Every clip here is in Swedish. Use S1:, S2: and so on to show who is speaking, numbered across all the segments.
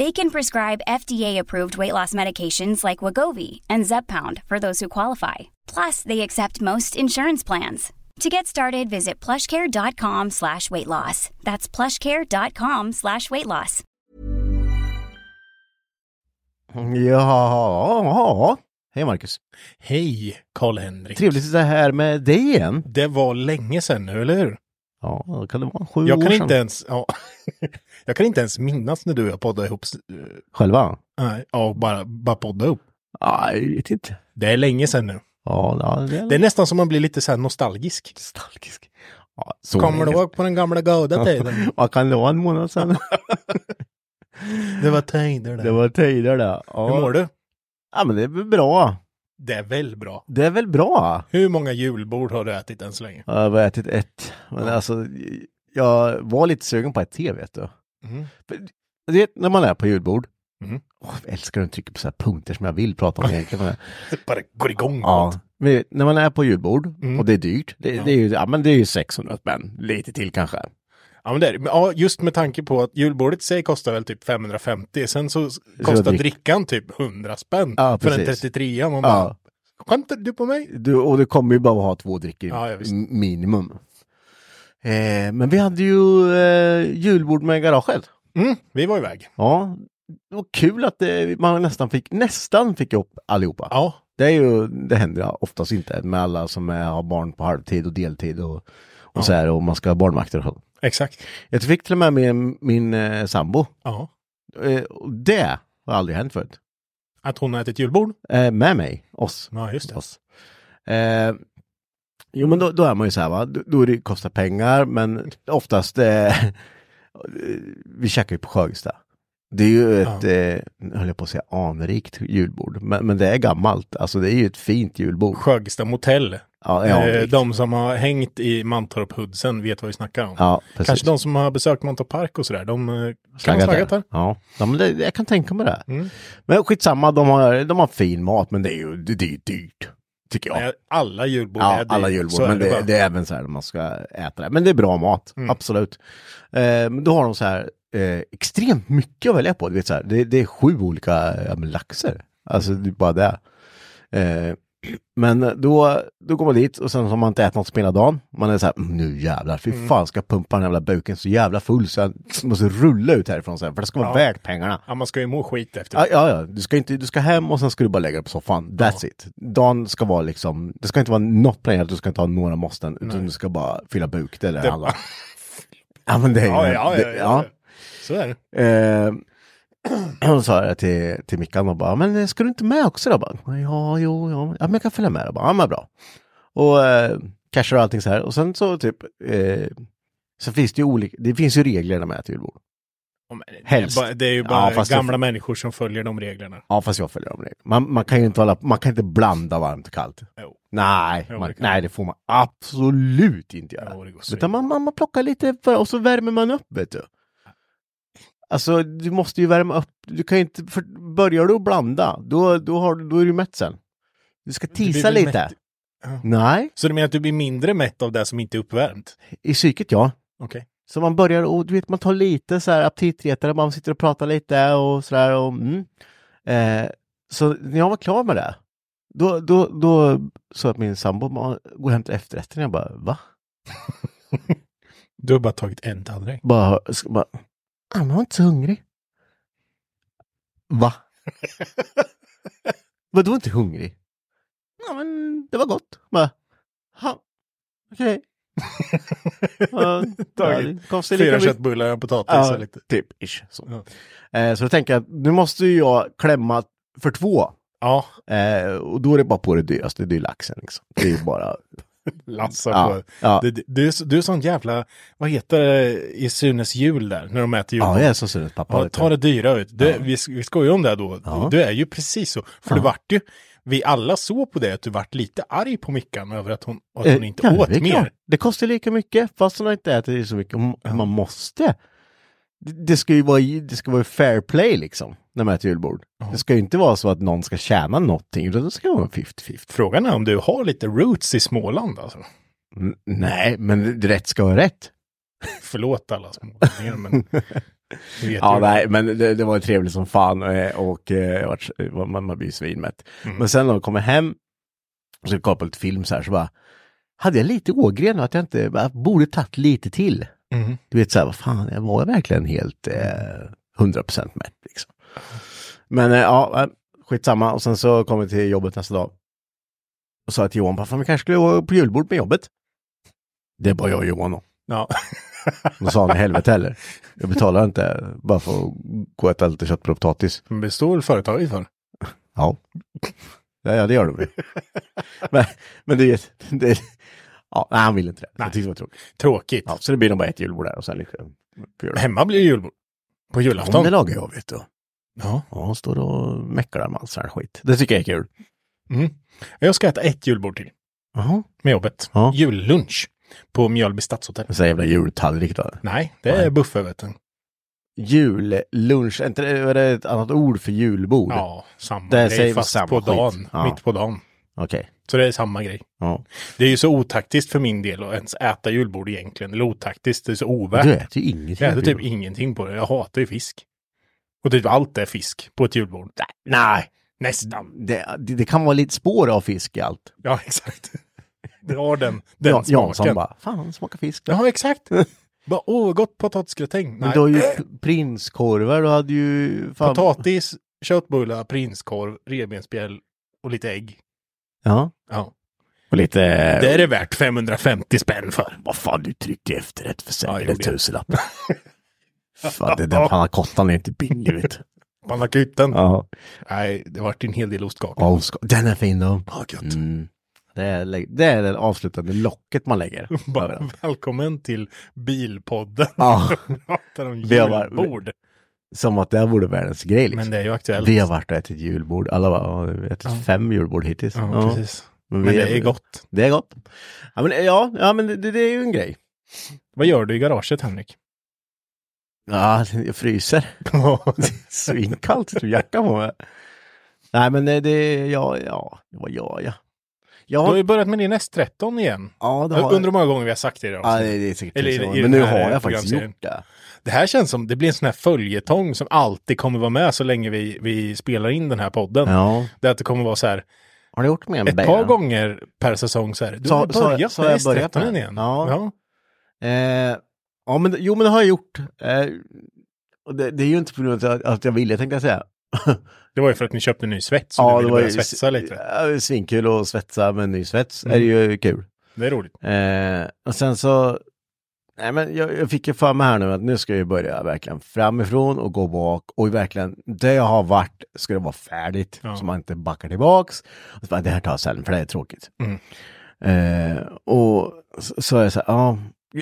S1: They can prescribe FDA-approved weight loss medications like Wagovi and Zepbound for those who qualify. Plus, they accept most insurance plans. To get started, visit plushcare.com slash weight loss. That's plushcare.com slash weight loss.
S2: Ja, hej Marcus.
S3: Hej, Karl-Henrik.
S2: Trevligt att sitta här med dig igen.
S3: Det var länge sedan nu, eller hur?
S2: Ja, vad kan det vara? Sju
S3: Jag
S2: år
S3: kan
S2: sedan.
S3: inte ens... Ja, jag kan inte ens minnas när du och jag poddade ihop. s- eh,
S2: Själva?
S3: Nej, ja, bara, bara podda ihop.
S2: Ja, jag vet inte.
S3: Det är länge sedan nu.
S2: Ja, ja, det är
S3: Det är nästan som man blir lite så här nostalgisk.
S2: nostalgisk. Ja, så
S3: Kommer du
S2: länge
S3: ihåg på den gamla goda tiden?
S2: sedan. Vad kan det vara? En månad sedan?
S3: Det var tider det.
S2: det var tider det. Ja.
S3: Hur mår du?
S2: Ja, men det är väl bra.
S3: Det är väl bra.
S2: Det är väl bra?
S3: Hur många julbord har du ätit än så länge?
S2: Jag har ätit ett. Men alltså, jag var lite sugen på ett te, vet du.
S3: Mm.
S2: Du vet, när man är på julbord.
S3: Mm.
S2: Åh, jag älskar att trycka på så här punkter som jag vill prata om egentligen. men-
S3: Det bara går igång.
S2: Ja.
S3: Ja.
S2: Men du vet, när man är på julbord
S3: Mm.
S2: och det är dyrt, det,
S3: Ja.
S2: det, är ju, ja, men det är ju 600 spänn, lite till kanske.
S3: ja, men det är det. Men, Ja, just med tanke på att julbordet i sig kostar väl typ 550. Sen så s- kostar
S2: drick-
S3: drickan typ 100 spänn.
S2: Ja,
S3: för en
S2: precis.
S3: 33 Man bara,
S2: Ja.
S3: skämtar du på mig?
S2: Du, och du kommer ju bara ha två drycker
S3: Ja, ja, visst.
S2: m- minimum. Eh, men vi hade ju eh, julbord med garaget.
S3: Mm, vi var iväg.
S2: Ja, det var kul att det, man nästan fick, nästan fick ihop allihopa.
S3: Ja,
S2: Det, är ju, det händer oftast inte med alla som är, har barn på halvtid och deltid och, och så här och man ska ha barnvakter och så.
S3: exakt.
S2: Jag fick till och med min, min eh, sambo.
S3: Ja.
S2: Eh, och det har aldrig hänt förut.
S3: Att hon har ätit julbord?
S2: eh, med mig, oss.
S3: Ja, just det.
S2: oss. Eh, jo men då, då är man ju så här va, då, då det kostar pengar men oftast, eh, vi käkar ju på Sjögsta. Det är ju ett,
S3: Ja.
S2: eh, nu höll jag på att säga anrikt julbord, men, men det är gammalt, alltså det är ju ett fint julbord.
S3: Sjögsta motell.
S2: Ja, det är
S3: Eh,
S2: anrikt.
S3: de som har hängt i Mantorp Hoodsen vet vad vi snackar om.
S2: ja, precis.
S3: Kanske de som har besökt Mantorp Park och sådär. De eh, kan ha
S2: Slaggat
S3: slaggat
S2: där.
S3: där.
S2: Ja, ja men det, jag kan tänka mig det.
S3: Mm.
S2: Men skitsamma, de har, de har fin mat, men det är ju det, det är ju dyrt, tycker jag.
S3: Nej, Alla julbord
S2: Ja,
S3: är det. Mm.
S2: alla
S3: Så
S2: julbord.
S3: är
S2: Men det,
S3: bara.
S2: det är även så här när man ska äta det. Men det är bra mat, absolut. Eh, men då har de så här eh, extremt mycket att välja på. Du vet, så här, det, det är sju olika ja, men laxer. Alltså det är bara det. Eh, men då, då går man dit och sen har man inte ätit något på hela dagen. Man är så här, "Mm, nu jävlar, fy fan ska jag pumpa den jävla buken så jävla full så jag måste rulla ut härifrån sen, för det ska vara
S3: Ja.
S2: värt pengarna.
S3: Ja, man ska ju må skit efter.
S2: Ja, ja, ja. Du, ska inte, du ska hem och sen ska du bara lägga dig på soffan. That's it. Dagen ska vara liksom, det ska inte vara något planerat, du ska inte ha några måsten, utan du ska bara fylla buk. Det är det det handlar om. Ja, men det är ju-
S3: Ja, ja, ja,
S2: det-
S3: ja. Så är det.
S2: Eh, Hon Eh, sa det till, till Mickan och bara, men eh, ska du inte med också då? Jag Bara, ja, jo, ja, ja, men jag kan följa med. Jag Bara, ja, men bra. Och eh, cashar och allting så här. Och sen så typ, eh, så finns det ju olika, det finns ju regler när man äter julbord.
S3: Ja, men det är
S2: Helst.
S3: bara- Det är ju
S2: Ja,
S3: bara
S2: fast jag-
S3: gamla människor som följer de reglerna.
S2: Ja, fast jag följer dem reglerna. Man, man kan ju inte hålla, man kan inte blanda varmt och kallt.
S3: Jo.
S2: Nej,
S3: Jo,
S2: man,
S3: det kan
S2: nej,
S3: man.
S2: det får man absolut inte göra.
S3: Jo, det går så
S2: Utan
S3: illa.
S2: man, man, man plockar lite för, och så värmer man upp, vet du. Alltså, du måste ju värma upp. Du kan ju inte, för börjar du att blanda, då, då, har, du- då är du mätt sen. Du ska
S3: blir
S2: tisa
S3: väl
S2: lite.
S3: mätt- Ja.
S2: Nej,
S3: Så du menar att du blir mindre mätt av det som inte är uppvärmt?
S2: i psyket ja.
S3: Okej.
S2: Så man börjar och du vet, man tar lite så här aptitretare, man sitter och pratar lite och så där. Och, mm. eh, så när jag var klar med det, då, då, då sa jag till min sambo, man går hem till efterrätten. Jag bara, va?
S3: Du har bara tagit en tallrik.
S2: Bara, sk- bara "Ah, men jag var inte så hungrig. Va? Vadå inte hungrig? Ja, men det var gott. Bara, "Ha, okej. Ja,
S3: Tagit
S2: det kostar lika
S3: Fyra
S2: mycket.
S3: köttbullar och en potatis.
S2: Ja,
S3: och lite.
S2: typ ish. Så.
S3: Ja.
S2: Eh, så då tänker jag att nu måste ju jag klämma för två.
S3: Ja,
S2: Eh, och då är det bara på det dyraste, det är ju laxen liksom. Det är ju bara...
S3: lassa
S2: ja,
S3: på.
S2: ja.
S3: Du, du, du är så- du är sån jävla, vad heter det i Sunes jul där, när de äter jul?
S2: ja, jag är så sur pappa.
S3: Ja,
S2: vet
S3: ta
S2: du.
S3: det dyra ut. Du, vi, vi skojar om det här då.
S2: Ja.
S3: Du, du är ju precis så. För du vart ju, vi alla såg på det att du vart lite arg på Mickan över att hon, att hon
S2: Eh,
S3: inte
S2: ja,
S3: åt
S2: det är
S3: mer.
S2: klart. Det kostar lika mycket fast hon har inte ätit så mycket. Hon- Man måste. Det det ska ju vara, det ska vara fair play liksom när man äter julbord. Det ska ju inte vara så att någon ska tjäna någonting utan det ska vara en 50-50.
S3: Frågan är om du har lite roots i Småland alltså.
S2: N- Nej, men rätt ska vara rätt.
S3: Förlåt alla smålänningar men... vi vet
S2: Ja,
S3: ju.
S2: nej, men det, det var ju trevligt som fan eh, och eh, jag vart- eh, man, man blir ju svinmätt.
S3: Mm.
S2: Men sen när man kommer hem och ska kolla på lite film så här så bara, hade jag lite Ågren och att jag inte, jag borde tagit lite till.
S3: Mm.
S2: Du vet så här, vad fan, jag var verkligen helt eh, 100% mätt liksom. Men eh, ja, eh, skitsamma. Och sen så kom vi till jobbet nästa dag. Och sa till Johan, bara, fan vi kanske skulle gå på julbord med jobbet. Det var jag och Johan om.
S3: Ja.
S2: Då sa han i helvete heller. Jag betalar inte bara för att gå och äta lite köttbullar och potatis.
S3: Men det står väl företaget för?
S2: Ja. Ja, ja det gör de ju. Men, men du vet, det, ja, nej, han vill inte det. Jag tyckte det var tråkigt.
S3: Tråkigt.
S2: Ja, så det blir nog bara ett julbord där och sen liksom, lite pyrrhon.
S3: Hemma blir det julbord. På
S2: Om det
S3: julafton.
S2: lagar jag vet du.
S3: Ja.
S2: Ja, hon står och mäcklar med all sån här skit. Det tycker jag är kul.
S3: Mm. Jag ska äta ett julbord till
S2: Jaha.
S3: med jobbet.
S2: Ja.
S3: Jullunch på Mjölby stadshotell.
S2: En sån här jävla jultallrik då.
S3: Nej, det är
S2: Nej.
S3: buffé vet du.
S2: Jullunch, är inte det, är det ett annat ord för julbord?
S3: Ja, samma
S2: Där
S3: grej
S2: säger vi
S3: fast
S2: samma
S3: på
S2: skit.
S3: dagen.
S2: Ja.
S3: Mitt på dagen.
S2: Okej.
S3: Så det är samma grej.
S2: Ja.
S3: Det är ju så otaktiskt för min del att ens äta julbord egentligen. Eller otaktiskt, det är så ovärt.
S2: Du äter ju ingenting.
S3: Jag äter
S2: på
S3: typ
S2: jul.
S3: ingenting på det. Jag hatar ju fisk. Och typ allt är fisk på ett julbord.
S2: Nej,
S3: Nästan.
S2: det, det, det kan vara lite spår av fisk i allt.
S3: Ja, exakt. Det har den, den
S2: ja, Jansson
S3: smaken.
S2: bara, fan smakar fisk.
S3: Ja, exakt. Bara, åh, vad gott potatisgratäng.
S2: Men
S3: Nej.
S2: du har ju p- prinskorvar, du hade ju... Fan...
S3: Potatis, köttbullar, prinskorv, revbensspjäll och lite ägg.
S2: Ja.
S3: Ja.
S2: Och lite...
S3: Det är det värt 550 spänn för.
S2: Vad fan, du tryckte ju efterrätt för
S3: Ja, jag
S2: säkert
S3: gjorde
S2: en
S3: det.
S2: tusenlapp. fan, det där pannacottan är inte billig, vet du.
S3: Pannakuten.
S2: Ja.
S3: Nej, det vart en hel del ostkaka.
S2: Ja, ska- Den är fin då.
S3: Ja, gött.
S2: Mm. Det, är, lä- det är det avslutande locket man lägger.
S3: Bara,
S2: överallt.
S3: välkommen till bilpodden.
S2: ja,
S3: Pratar om
S2: Vi har varit-
S3: julbord.
S2: som att det här vore världens grej. Liksom.
S3: Men det är ju aktuellt.
S2: Vi har varit och ätit julbord. Alla bara, "Ja, vi har ätit fem julbord hittills.
S3: Ja,
S2: Ja,
S3: precis.
S2: Men,
S3: Men
S2: vi-
S3: det är gott.
S2: Det är gott. Ja, men, ja, ja, men det, det är ju en grej.
S3: Vad gör du i garaget, Henrik?
S2: Ja, jag fryser. Svinkallt, du jacka på mig. Nej, men eh, det, det ja, ja, det var jag, ja. Jag
S3: Du har
S2: har,
S3: ju börjat med din S13 igen.
S2: ja, det
S3: Jag
S2: har,
S3: undrar hur många gånger vi har sagt det.
S2: ja,
S3: Ja,
S2: det, det är säkert
S3: Eller i-
S2: tusen
S3: i
S2: gånger,
S3: den
S2: Men nu
S3: här
S2: har jag faktiskt
S3: programserien.
S2: gjort det.
S3: Det här känns som, det blir en sån här följetong som alltid kommer vara med så länge vi, vi spelar in den här podden.
S2: Ja.
S3: Det är att det kommer vara så här,
S2: Har du gjort med en
S3: ett par gånger per säsong så här. Du
S2: Så-
S3: har
S2: så-
S3: börjat
S2: så
S3: med
S2: har jag börjat
S3: S13
S2: med det.
S3: igen.
S2: Ja. Eh, ja, men, jo, men det har jag gjort. Eh, och det, det är ju inte på grund av att, att jag ville, tänkte jag säga.
S3: Det var ju för att ni köpte en ny svets och du ville börja svetsa lite. Mm.
S2: Ja, det är svinkul att svetsa med en ny svets. Det är ju kul.
S3: Det är roligt.
S2: Eh, och sen så, nej men jag, jag fick ju för mig här nu att nu ska jag ju börja verkligen framifrån och gå bak och verkligen, det jag har varit ska det vara färdigt
S3: Ja.
S2: så man inte backar tillbaks. Och så bara, det här tar jag sen för det är tråkigt.
S3: Mm.
S2: Eh, och så, så är jag så här, ja,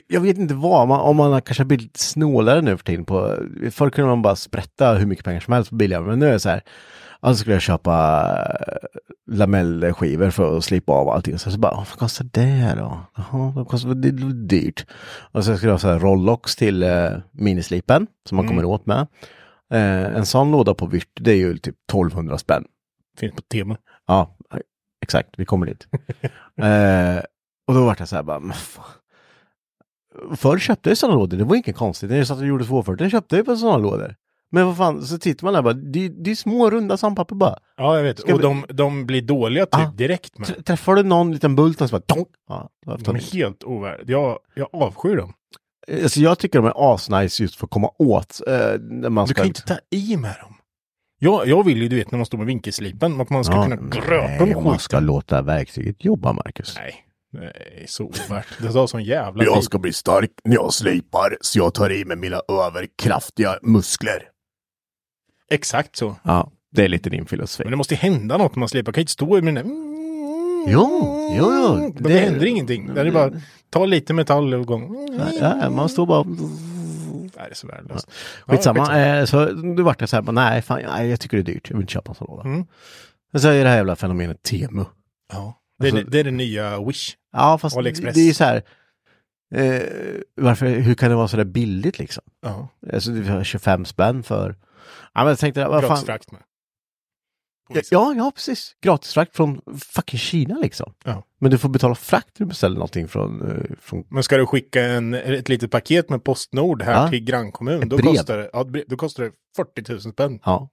S2: jag vet inte vad, om man, om man har kanske blivit lite snålare nu för tiden på, förr kunde man bara sprätta hur mycket pengar som helst på bilar, men nu är det så här, alltså skulle jag köpa eh, lamellskivor för att slipa av allting. Så, så bara, "Åh, vad kostar det då? Jaha, vad kostar det? Det är dyrt. Och så skulle jag ha så här Rollox till eh, minislipen som man
S3: Mm.
S2: kommer åt med. Eh, en sån låda på Vyrt, det är ju typ 1200 spänn.
S3: Finns på Temo.
S2: Ja, exakt. Vi kommer dit. eh, och då vart jag så här bara, "Men fan." förr köpte jag sådana lådor, det var inget konstigt. När jag satt och gjorde 240 jag köpte jag på sådana lådor. Men vad fan, så tittar man där bara, det, det är små runda sandpapper bara.
S3: Ja, jag vet.
S2: Ska
S3: och
S2: vi-
S3: de, de blir dåliga typ
S2: Ah.
S3: direkt med.
S2: Tr- Träffar du någon liten bult och så bara tong! Ja, då har jag
S3: De
S2: tagit.
S3: är helt ovärdiga. Jag, jag avskyr dem.
S2: alltså, jag tycker de är asnice just för att komma åt. Eh, när man
S3: Du
S2: ska...
S3: kan ju inte ta i med dem. Jag, jag vill ju, du vet, när man står med vinkelslipen, att man ska kunna gröpa
S2: nej,
S3: med
S2: om man ska
S3: skiten.
S2: låta verktyget jobba, Marcus.
S3: Nej, nej, så ovärt. Det tar sån jävla
S2: Jag
S3: tid.
S2: ska bli stark när jag slipar, så jag tar i med mina överkraftiga muskler.
S3: Exakt så.
S2: Ja, det är lite din filosofi.
S3: Men det måste ju hända något när man slipar. Man kan ju inte stå med den där...
S2: Jo, jo, jo.
S3: Men Det,
S2: Det-
S3: händer ingenting. Det är bara, ta lite metall och gång.
S2: Ja, ja, man står bara...
S3: Nej, det är så värdelöst. Ja,
S2: Skitsamma. Eh, så då vart jag så här, bara, nej, fan, nej, jag tycker det är dyrt. Jag vill inte köpa en sån låda.
S3: Mm.
S2: Men så är det här jävla fenomenet Temu.
S3: Ja. Det, är,
S2: Alltså-
S3: det är det nya Wish.
S2: Ja, fast
S3: AliExpress.
S2: det är ju så här... Eh, varför, hur kan det vara så där billigt liksom?
S3: Ja.
S2: Alltså det var 25 spänn för... Ja, men jag tänkte, vad fan...
S3: Gratis frakt med.
S2: Ja, ja, precis. Gratisfrakt från fucking Kina liksom.
S3: Ja.
S2: Men du får betala frakt när du beställer någonting från... eh, från
S3: Men ska du skicka en, ett litet paket med Postnord här
S2: Ja.
S3: till grannkommun,
S2: Ett
S3: då
S2: brev.
S3: kostar, det, ja, ett brev, då kostar det 40 000 spänn.
S2: ja.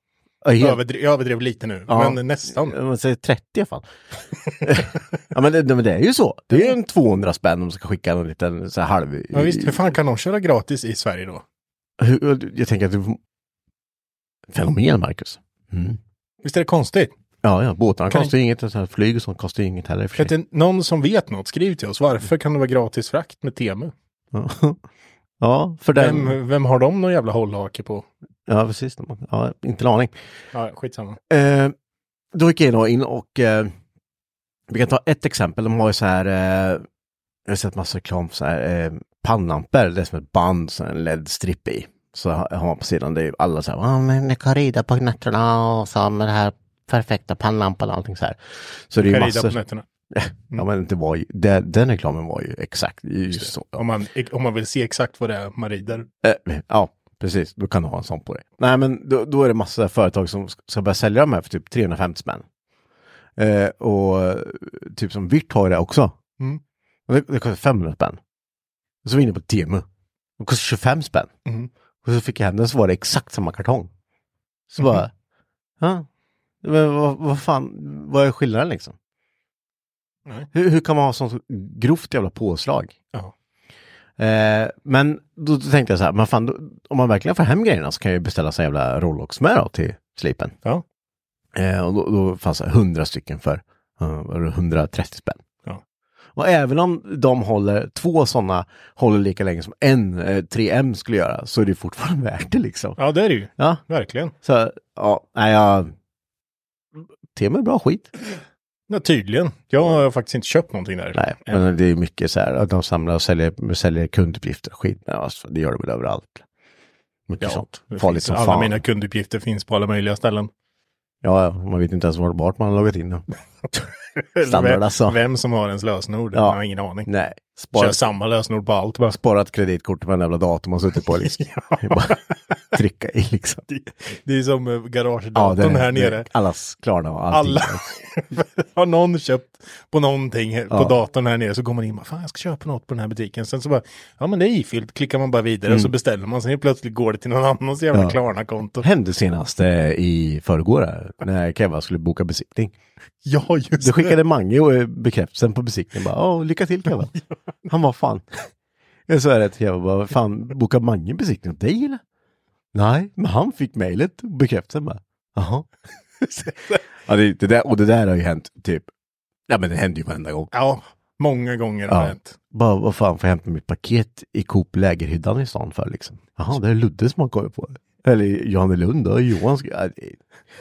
S2: Ja, helt-
S3: Överdri, jag överdrev lite nu,
S2: Ja.
S3: men nästan.
S2: Om man säger 30 i alla fall. ja, men det, men det är ju så. Det är ju en 200 spänn om du ska skicka en liten så här halv...
S3: Ja, visst, hur fan kan de köra gratis i Sverige då?
S2: Hur- Jag tänker att du... Fenomen, Marcus.
S4: Hmm?
S2: Mm.
S3: Visst är det konstigt?
S2: Ja, ja, båtarna
S3: Kan-
S2: kostar ju inget. och så här Flyg och sånt kostar ju inget heller. i och för
S3: Kan
S2: sig.
S3: inte någon som vet något, skriv till oss. Varför kan det vara gratis frakt med Temu?
S2: Ja. ja, för den...
S3: Vem, vem har de någon jävla hållhake på?
S2: Ja, precis. Ja, inte en aning.
S3: Ja, skitsamma.
S2: Eh, då gick jag då in och eh, vi kan ta ett exempel. De har ju så här, eh, jag har sett massa reklam för så här, eh, pannlampor. Det är som ett band, så här en LED-stripp i. Så har har man på sidan, det är ju alla så här, ah, men jag kan rida på nätterna och så med det här perfekta pannlampan och allting så här. Så det är ju
S3: Kan rida på mm.
S2: massor.
S3: nätterna.
S2: Ja, men det var ju, det, den reklamen var ju exakt just så.
S3: Om man, om man vill se exakt vad det är man rider.
S2: Eh, Ja, precis. Då kan du ha en sån på dig. Nej, men då, då är det massa företag som sk- ska börja sälja de här för typ 350 spänn. Eh, och eh, typ som Virt har det också.
S3: Mm.
S2: Och det, det kostar 500 spänn. Och så var vi inne på Temu. Det kostar 25 spänn.
S3: Mm.
S2: Och så fick jag hem den så var det exakt samma kartong. Så
S3: Mm-hmm.
S2: bara, ja. Men vad, vad fan, vad är skillnaden liksom?
S3: Nej.
S2: Hur, hur kan man ha sånt grovt jävla påslag?
S3: Ja.
S2: Eh, men då tänkte jag så här, men fan, då, om man verkligen får hem grejerna så kan jag ju beställa så här jävla Rolex med då till slipen.
S3: Ja.
S2: Eh, och då, då fanns det 100 stycken för eh, var det 130 spänn.
S3: Ja.
S2: Och även om de håller, två sådana håller lika länge som en eh, 3M skulle göra, så är det fortfarande värt det liksom.
S3: Ja, det är det ju.
S2: Ja,
S3: Verkligen.
S2: så ja, nej jag... Tema är bra skit.
S3: Ja, tydligen. Jag har faktiskt inte köpt någonting där.
S2: Nej,
S3: Än.
S2: men det är mycket så här att de samlar och säljer, säljer kunduppgifter och skit. Men alltså, det gör de väl överallt. Mycket
S3: Ja,
S2: sånt.
S3: det
S2: Liksom. Farligt
S3: finns-
S2: som
S3: alla
S2: fan.
S3: mina kunduppgifter finns på alla möjliga ställen.
S2: Ja, ja, man vet inte ens vart vart man har loggat in dem. Standard,
S3: Vem-
S2: alltså.
S3: Vem som har ens lösenord,
S2: Ja.
S3: jag har ingen aning.
S2: Nej,
S3: Kör
S2: sparat,
S3: samma lösenord på allt bara.
S2: sparat kreditkort med en jävla dator man suttit på. Liksom. Bara Trycka i liksom.
S3: Det är som eh, garagedatorn
S2: det-
S3: här
S2: det-
S3: nere.
S2: Allas Klarna och allting.
S3: Alla har någon köpt på någonting här- på
S2: Ja.
S3: datorn här nere så går man in och bara, fan jag ska köpa något på den här butiken. Sen så bara, ja men det är ifyllt, klickar man bara vidare och så beställer man. Sen helt plötsligt går det till någon annans jävla
S2: Mm. Ja.
S3: Klarna-konto.
S2: Hände senast eh, i förrgår här, när Kevva skulle boka besiktning.
S3: Ja, just
S2: Då skickade Mange och eh, bekräftelsen på besiktningen. Bara, Åh, lycka till Kevva. Han var fan. Jag sa det till Kevva, bara, fan, bokar Mange besiktning åt dig eller? Nej, men han fick mejlet och bekräftelsen bara. Jaha. ja, det, det där, och det där har ju hänt typ, ja men det händer ju varenda gång.
S3: Ja, många gånger har
S2: Ja.
S3: det hänt.
S2: Bara, vad fan får jag hämta mitt paket i Coop Lägerhyddan i stan för liksom? Jaha, det är Ludde som har kommit på det. Eller Johannelund och Johan. ska- ja, det-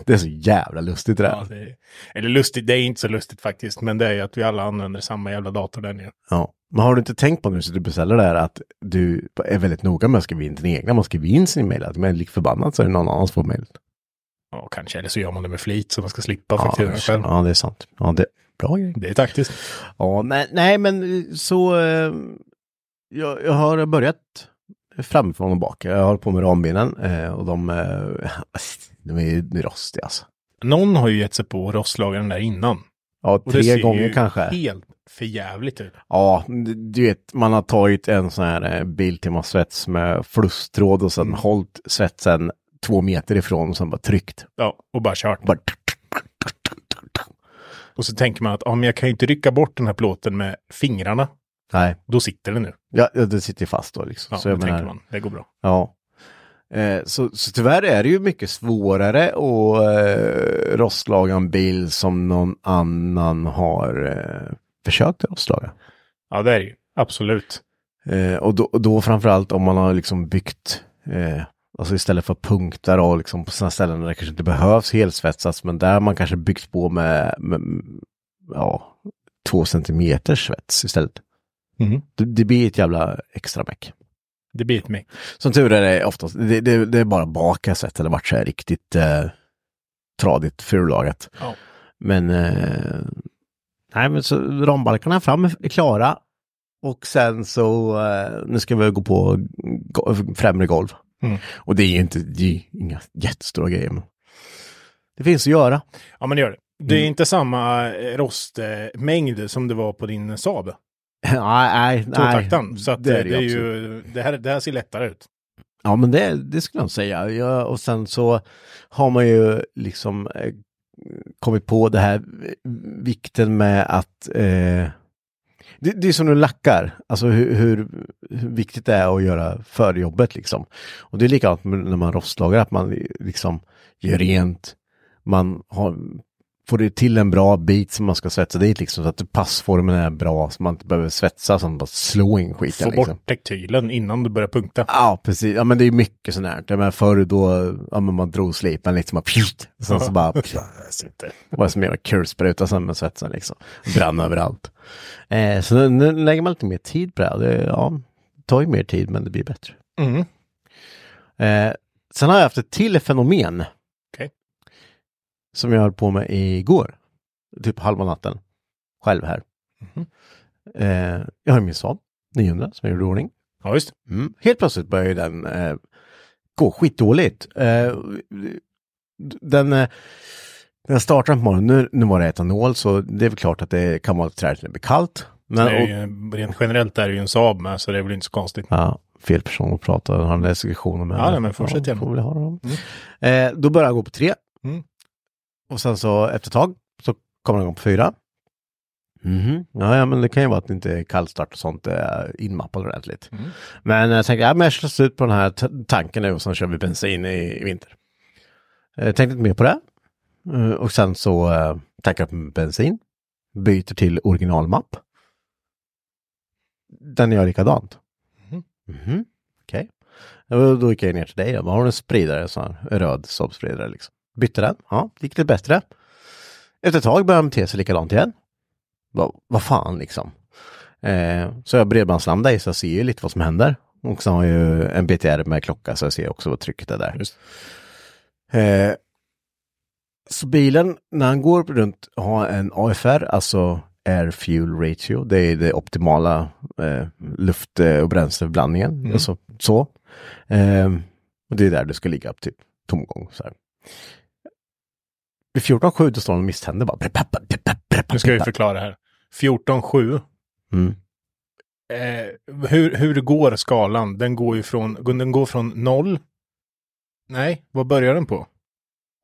S2: Det är så jävla lustigt det där.
S3: Ja, det är, eller lustigt, det är inte så lustigt faktiskt, men det är ju att vi alla använder samma jävla dator där nere.
S2: Ja. Men har du inte tänkt på nu så du beställer det här att du är väldigt noga med att skriva in din egna. Man skriver in sin mejl. Men lik förbannat så är det någon annan som får mejlet.
S3: Ja, kanske. Eller så gör man det med flit så man ska slippa
S2: Ja,
S3: fakturan själv.
S2: ja, det är sant. Ja, det bra grej.
S3: Det är taktiskt.
S2: Ja, nej, nej men eh, så eh, jag, jag har börjat framifrån och bak. Jag har på med rambenen eh, och de, eh, de är ju rostiga alltså.
S3: Någon har ju gett sig på rostlagaren där innan.
S2: Ja,
S3: Och det
S2: tre
S3: ser
S2: gånger
S3: ju
S2: kanske.
S3: helt förjävligt ut.
S2: Ja, d- du vet, man har tagit en sån här eh, bil till man svets med flusstråd och sen
S3: Mm.
S2: hållit svetsen två meter ifrån och sen bara tryckt.
S3: Ja, och bara kört.
S2: Bara...
S3: Mm. Och så tänker man att ja, men jag kan ju inte rycka bort den här plåten med fingrarna.
S2: Nej,
S3: Då sitter den nu.
S2: ja, ja, det sitter ju fast då liksom.
S3: Ja,
S2: så
S3: det
S2: jag
S3: tänker
S2: menar,
S3: man. Det går bra.
S2: Ja. Eh, så, så tyvärr är det ju mycket svårare att eh, rostlaga en bil som någon annan har eh, försökt rostlaga.
S3: Ja, det är det ju. Absolut.
S2: Eh, och, då, och då framförallt om man har liksom byggt, eh, alltså istället för punkter och liksom på sådana ställen där det kanske inte behövs helsvetsas, men där man kanske byggt på med, med ja, två centimeter svets istället.
S3: Mhm.
S2: Det, det blir ett jävla extra meck.
S3: Det biter mig.
S2: Som tur är det oftast, det, det, det är bara bak jag sett eller varit så här riktigt eh, tradigt furulagat.
S3: Ja.
S2: Men, eh, nej men så rambalkarna fram är klara. Och sen så, eh, nu ska vi gå på go- främre golv.
S3: Mm.
S2: Och det är ju inte, det är ju inga jättestora grejer. Men det finns att göra.
S3: Ja, men det gör det. Det är
S2: Mm.
S3: inte samma eh, rostmängd som det var på din eh, Saab.
S2: nej, nej, nej.
S3: Tvåtaktaren. Så att, det, det, är
S2: absolut.
S3: ju, det, här, det här ser lättare ut.
S2: Ja, men det, det skulle jag nog säga. Ja, och sen så har man ju liksom eh, kommit på det här eh, vikten med att eh, det, det är som du lackar, alltså hur, hur, hur viktigt det är att göra förjobbet liksom. Och det är likadant med när man rostlagar, att man liksom gör rent, man har, får det till en bra bit som man ska svetsa dit liksom, så att passformen är bra, så man inte behöver svetsa, så man bara slå in skiten.
S3: Få
S2: liksom.
S3: bort tektylen innan du börjar punkta.
S2: Ja, precis. Ja, men det är mycket sånt här. Jag menar, förr då, ja, men man drog slipen liksom och pjut, sen så bara,
S3: Sitter.
S2: det var som en jävla kulspruta sen med svetsen liksom. Brann överallt. Eh, så nu, nu lägger man lite mer tid på det här. Det, ja, det tar ju mer tid, men det blir bättre.
S3: Mm.
S2: Eh, sen har jag haft ett till fenomen.
S3: Okej.
S2: Som jag höll på med igår. Typ halva natten. Själv här.
S3: Mhm.
S2: Eh, jag har min Saab 900 som jag gjorde i ordning.
S3: Ja, just
S2: Mm. Helt plötsligt börjar ju den eh, gå skitdåligt. Eh, den, eh, den startar på morgonen, nu, nu var det etanol så det är väl klart att det kan vara träligt när det blir kallt. Men,
S3: det. är
S2: och,
S3: ju, rent generellt är det ju en Saab med, så det är väl inte så konstigt.
S2: ja, fel person att prata om den där diskussionen med.
S3: Ja, nej, men fortsätt
S2: ja,
S3: gärna.
S2: får väl ha dem. Eh, då börjar han gå på tre.
S3: Mm.
S2: Och sen så efter ett tag så kommer han igång på fyra. Mhm. Ja, ja, men det kan ju vara att det inte är kallstart och sånt är inmappat ordentligt.
S3: Mm.
S2: Men eh, jag tänkte, ja men jag kör slut på den här t- tanken nu och sen kör vi bensin i, i vinter. Eh, tänkte inte mer på det. Eh, och sen så eh, tankar jag på bensin. Byter till originalmapp. Den gör likadant.
S3: Mhm.
S2: Mhm. Okej. Ja, men Då gick jag ner till dig då. Har du en spridare, en sån här röd Saab-spridare liksom? Bytte den, ja, det gick lite bättre. Efter ett tag började den bete sig likadant igen. Vad vad fan liksom. Eh, så jag bredbandslam dig så jag ser ju lite vad som händer. Och sen har jag ju en BTR med klocka så jag ser också vad trycket är där.
S3: Just.
S2: Eh, så bilen, när han går runt, har en AFR, alltså Air Fuel Ratio. Det är det optimala eh, luft och bränsleblandningen.
S3: Mm.
S2: Alltså, så. Eh, och det är där du ska ligga, typ tomgång. Så här. Vid 14.7 då står han och misständer bara.
S3: Nu ska jag ju förklara här. 14-7.
S2: Mm.
S3: Eh, hur, hur går skalan? Den går ju från, den går från noll. Nej, vad börjar den på?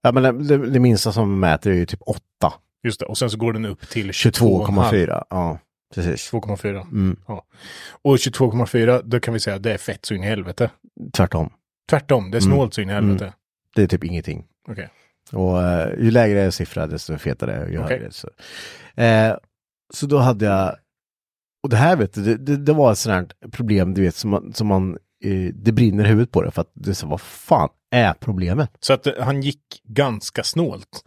S2: Ja, men det, det minsta som mäter är ju typ 8.
S3: Just det, och sen så går den upp till 22,4.
S2: 22,4. Ja, precis.
S3: 22,4.
S2: Mm,
S3: Och 22,4, då kan vi säga att det är fett så in i helvete.
S2: tvärtom.
S3: Tvärtom, det är
S2: Mm.
S3: snålt så in i helvete.
S2: Det är typ ingenting.
S3: Okej.
S2: Och eh, ju lägre siffra desto fetare är det, ju
S3: Okej.
S2: högre. Så. Eh, så då hade jag, och det här vet du, det, det, det var ett sånt här problem du vet som man, som man eh, det brinner i huvudet på det för att det är så, vad fan är problemet?
S3: Så att eh, han gick ganska snålt.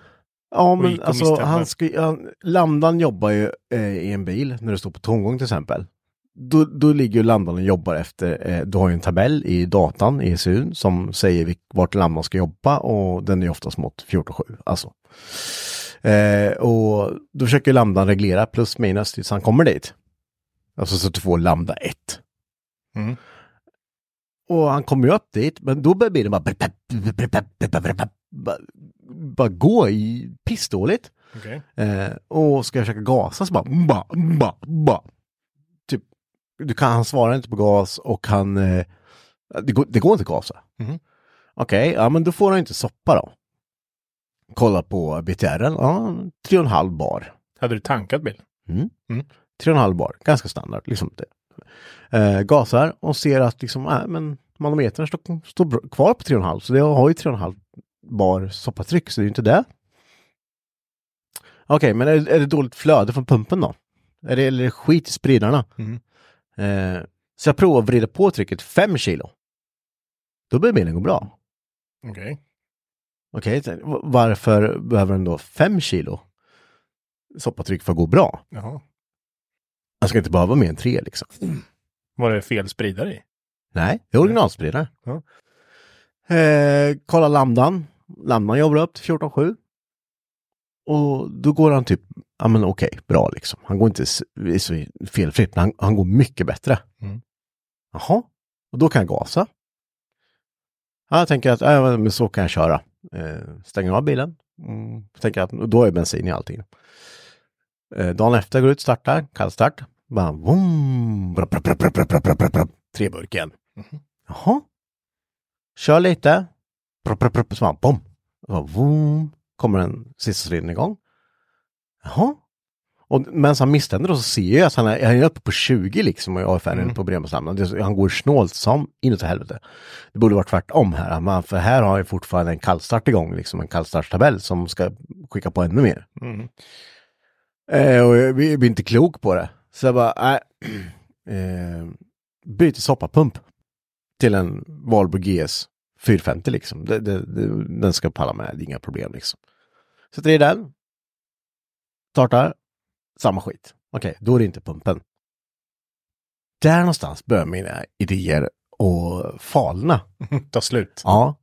S2: Ja,
S3: gick
S2: men
S3: och
S2: alltså
S3: misstänkte.
S2: han ska, han, landan jobbar ju eh, i en bil när du står på tomgång till exempel. Då, då ligger ju landan och jobbar efter, eh, du har ju en tabell i datan i SUN som säger vilk, vart landan ska jobba och den är ju oftast mot 14,7. Alltså. Eh, och då försöker ju landan reglera plus minus tills han kommer dit. Alltså så att du får lambda 1.
S3: Mm.
S2: Och han kommer ju upp dit, men då börjar bilen bara... Bara gå i pissdåligt.
S3: Okej.
S2: Eh, och ska jag försöka gasa så bara, ba, ba, ba. Typ, du kan, han svarar inte på gas och han, eh, det, går, det går inte att gasa.
S3: Mhm.
S2: Okej, ja men då får han inte soppa då. Kolla på BTR, ja, tre och en halv bar.
S3: Hade du tankat bilen?
S2: Tre och en halv bar, ganska standard. Liksom det. Eh, gasar och ser att liksom, äh, men manometern står, står bra- kvar på tre och en halv, så det har ju tre och en halv bar soppatryck, så det är ju inte det. Okej, men är, är det dåligt flöde från pumpen då? Är det, eller är det skit i spridarna?
S3: Mm.
S2: Eh, så jag provar att vrida på trycket fem kilo. Då börjar bilen gå bra.
S3: Okej.
S2: Okej, så v- varför behöver den då 5 kilo soppatryck för att gå bra?
S3: Jaha.
S2: Den ska inte behöva mer än 3 liksom.
S3: Var det fel spridare i?
S2: Nej, det är originalspridare.
S3: Ja.
S2: Eh, kolla lambdan. Lambdan jobbar upp till 14,7. Och då går han typ, ja men okej, bra liksom. Han går inte s- så felfritt, men han, han går mycket bättre.
S3: Mm.
S2: Jaha, och då kan jag gasa. Ja, jag tänker att, ja men så kan jag köra. Eh, stänger av bilen. Mm. Tänker att, och då är bensin i allting. Eh, dagen efter går jag ut, startar, kallstart. Bara vum, bra, bra, bra, bra, bra, bra, bra, bra, bra. Treburken. Jaha. Kör lite. Prupp, prupp, prupp, så bara bom. Och bara Vroom. Kommer den sista striden igång. Jaha. Och medan han misständer då så ser jag att han är, han är uppe på 20 liksom och jag är färdig på Bremenshamn. Det- Han går snålt som inåt helvete. Det borde varit tvärtom här. Man, för här har jag fortfarande en kallstart igång, liksom en kallstartstabell som ska skicka på ännu mer.
S3: Mm.
S2: Eh, och jag blir blir inte klok på det. Så jag bara, nej. Eh, byter soppapump till en Valbo GS 450 liksom. Det, det, det, den ska palla med, det är inga problem liksom. Sätter i den. Startar. Samma skit. Okej, då är det inte pumpen. Där någonstans börjar mina idéer och falna.
S3: Ta slut.
S2: Ja.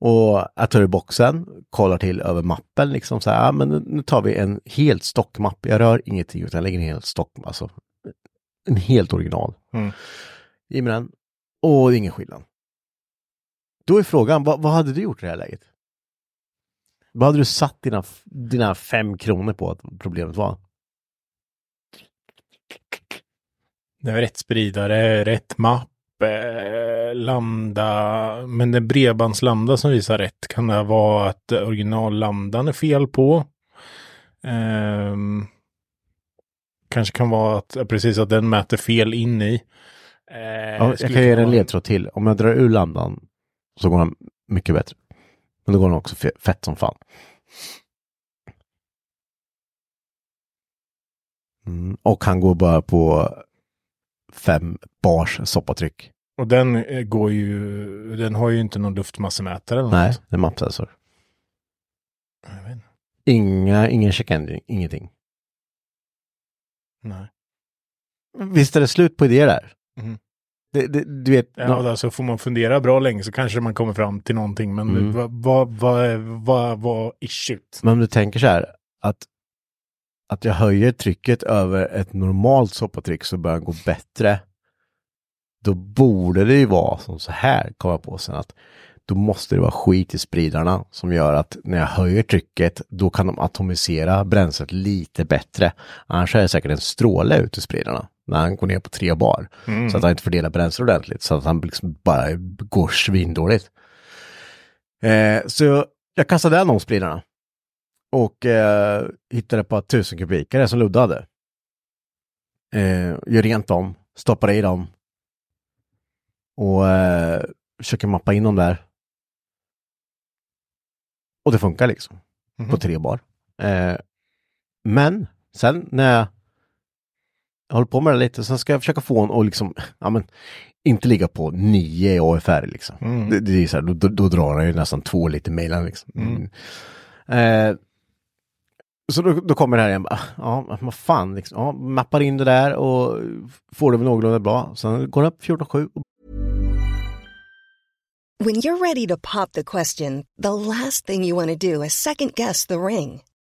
S2: Och jag tar ur boxen, kollar till över mappen liksom så här, ja, men nu- nu tar vi en helt stockmapp. Jag rör ingenting utan jag lägger en helt stock, alltså en helt original.
S3: Mm.
S2: I med den. Och det är ingen skillnad. Då är frågan, vad, vad hade du gjort i det här läget? Vad hade du satt dina, f- dina fem kronor på att problemet var?
S3: Det var rätt spridare, rätt mapp, eh, lambda. Men den bredbandslambda som visar rätt kan det vara att originallamdan är fel på. Ehm, kanske kan vara att, ja, precis att den mäter fel in i. Eh,
S2: Ja, jag
S3: skulle
S2: kan ge dig
S3: kunna
S2: en
S3: vara-
S2: ledtråd till. Om jag drar ur landan så går den mycket bättre. Men då går den också fe- fett som fan. Mm. Och han går bara på fem bars soppatryck.
S3: Och den eh, går ju, den har ju inte någon luftmassemätare eller
S2: Nej,
S3: något.
S2: det är mappsensor.
S3: Jag vet inte.
S2: Inga, ingen check-ending, ingenting.
S3: Nej. Mm.
S2: Visst är det slut på idéer där?
S3: Mhm.
S2: Det, det, du vet,
S3: Ja, och alltså får man fundera bra länge så kanske man kommer fram till någonting. Men
S2: Mm.
S3: vad va, va, va, va issuet?
S2: Men om du tänker så här att, att jag höjer trycket över ett normalt soppatryck så börjar det gå bättre. Då borde det ju vara som så här, kommer jag på sen, att då måste det vara skit i spridarna som gör att när jag höjer trycket då kan de atomisera bränslet lite bättre. Annars är det säkert en stråle ut ur spridarna när han går ner på tre bar. Så att han inte fördelar bränsle ordentligt. Så att han liksom bara går svindåligt. Eh, så jag, jag kastade den om spridarna. Och eh, hittade på att tusen kubikare som Ludde hade. Eh, gör rent dem, stoppar i dem. Och eh, försöker mappa in dem där. Och det funkar liksom.
S3: Mhm.
S2: På tre bar. Eh, men sen när jag jag håller på med det lite. Sen ska jag försöka få en och liksom, ja men, inte ligga på 9 i AFR liksom.
S3: Mm.
S2: Det, det är så här, då, då, då drar han ju nästan två liter mejlen liksom.
S3: Mm.
S2: Eh, så då, då kommer det här igen, bara, ja men vad fan liksom, ja, mappar in det där och får det väl någorlunda bra. Sen går det upp 14,7 och
S5: When you're ready to pop the question, the last thing you want to do is second guess the ring.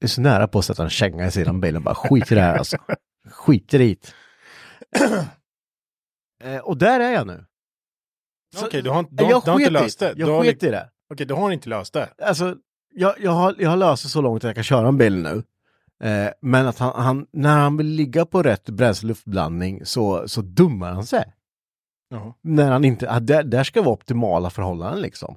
S2: Det är så nära på att sätta en känga i sidan av bilen. Bara skit i det här alltså. Skit i det. eh, och där är jag nu.
S3: Okej, du har, inte- du har,
S2: jag
S3: du har inte
S2: sket i
S3: löst det. Du har, liksom-
S2: Jag sket
S3: li-
S2: i det.
S3: Okej, du har inte löst det.
S2: Alltså, jag, jag, har, jag har löst det så långt att jag kan köra en bil nu. Eh, men att han, han, när han vill ligga på rätt bränsleluftblandning så, så dummar han sig.
S3: Ja.
S2: När han inte, ah, där, där ska vara optimala förhållanden liksom.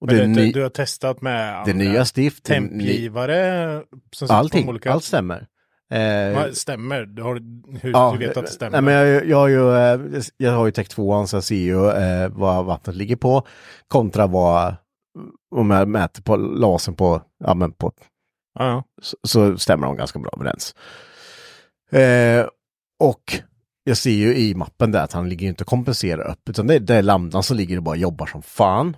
S2: Och
S3: Men
S2: det, är
S3: du,
S2: ny,
S3: du har testat med
S2: det är nya stift, det är ny-
S3: tempgivare. Som sitter
S2: allting,
S3: på olika...
S2: allt stämmer. Eh,
S3: Ja, stämmer. Du, har, hur, du vet att det stämmer.
S2: Nej, men jag, jag, har ju, eh, jag har ju täckt tvåan så jag ser ju eh, vad vattnet ligger på kontra vad om jag mäter på lasern på, ja, men på
S3: ja, ja.
S2: så, så stämmer de ganska bra överens. Eh, och jag ser ju i mappen där att han ligger ju inte och kompenserar upp, utan det, det är lambdan som ligger och bara jobbar som fan.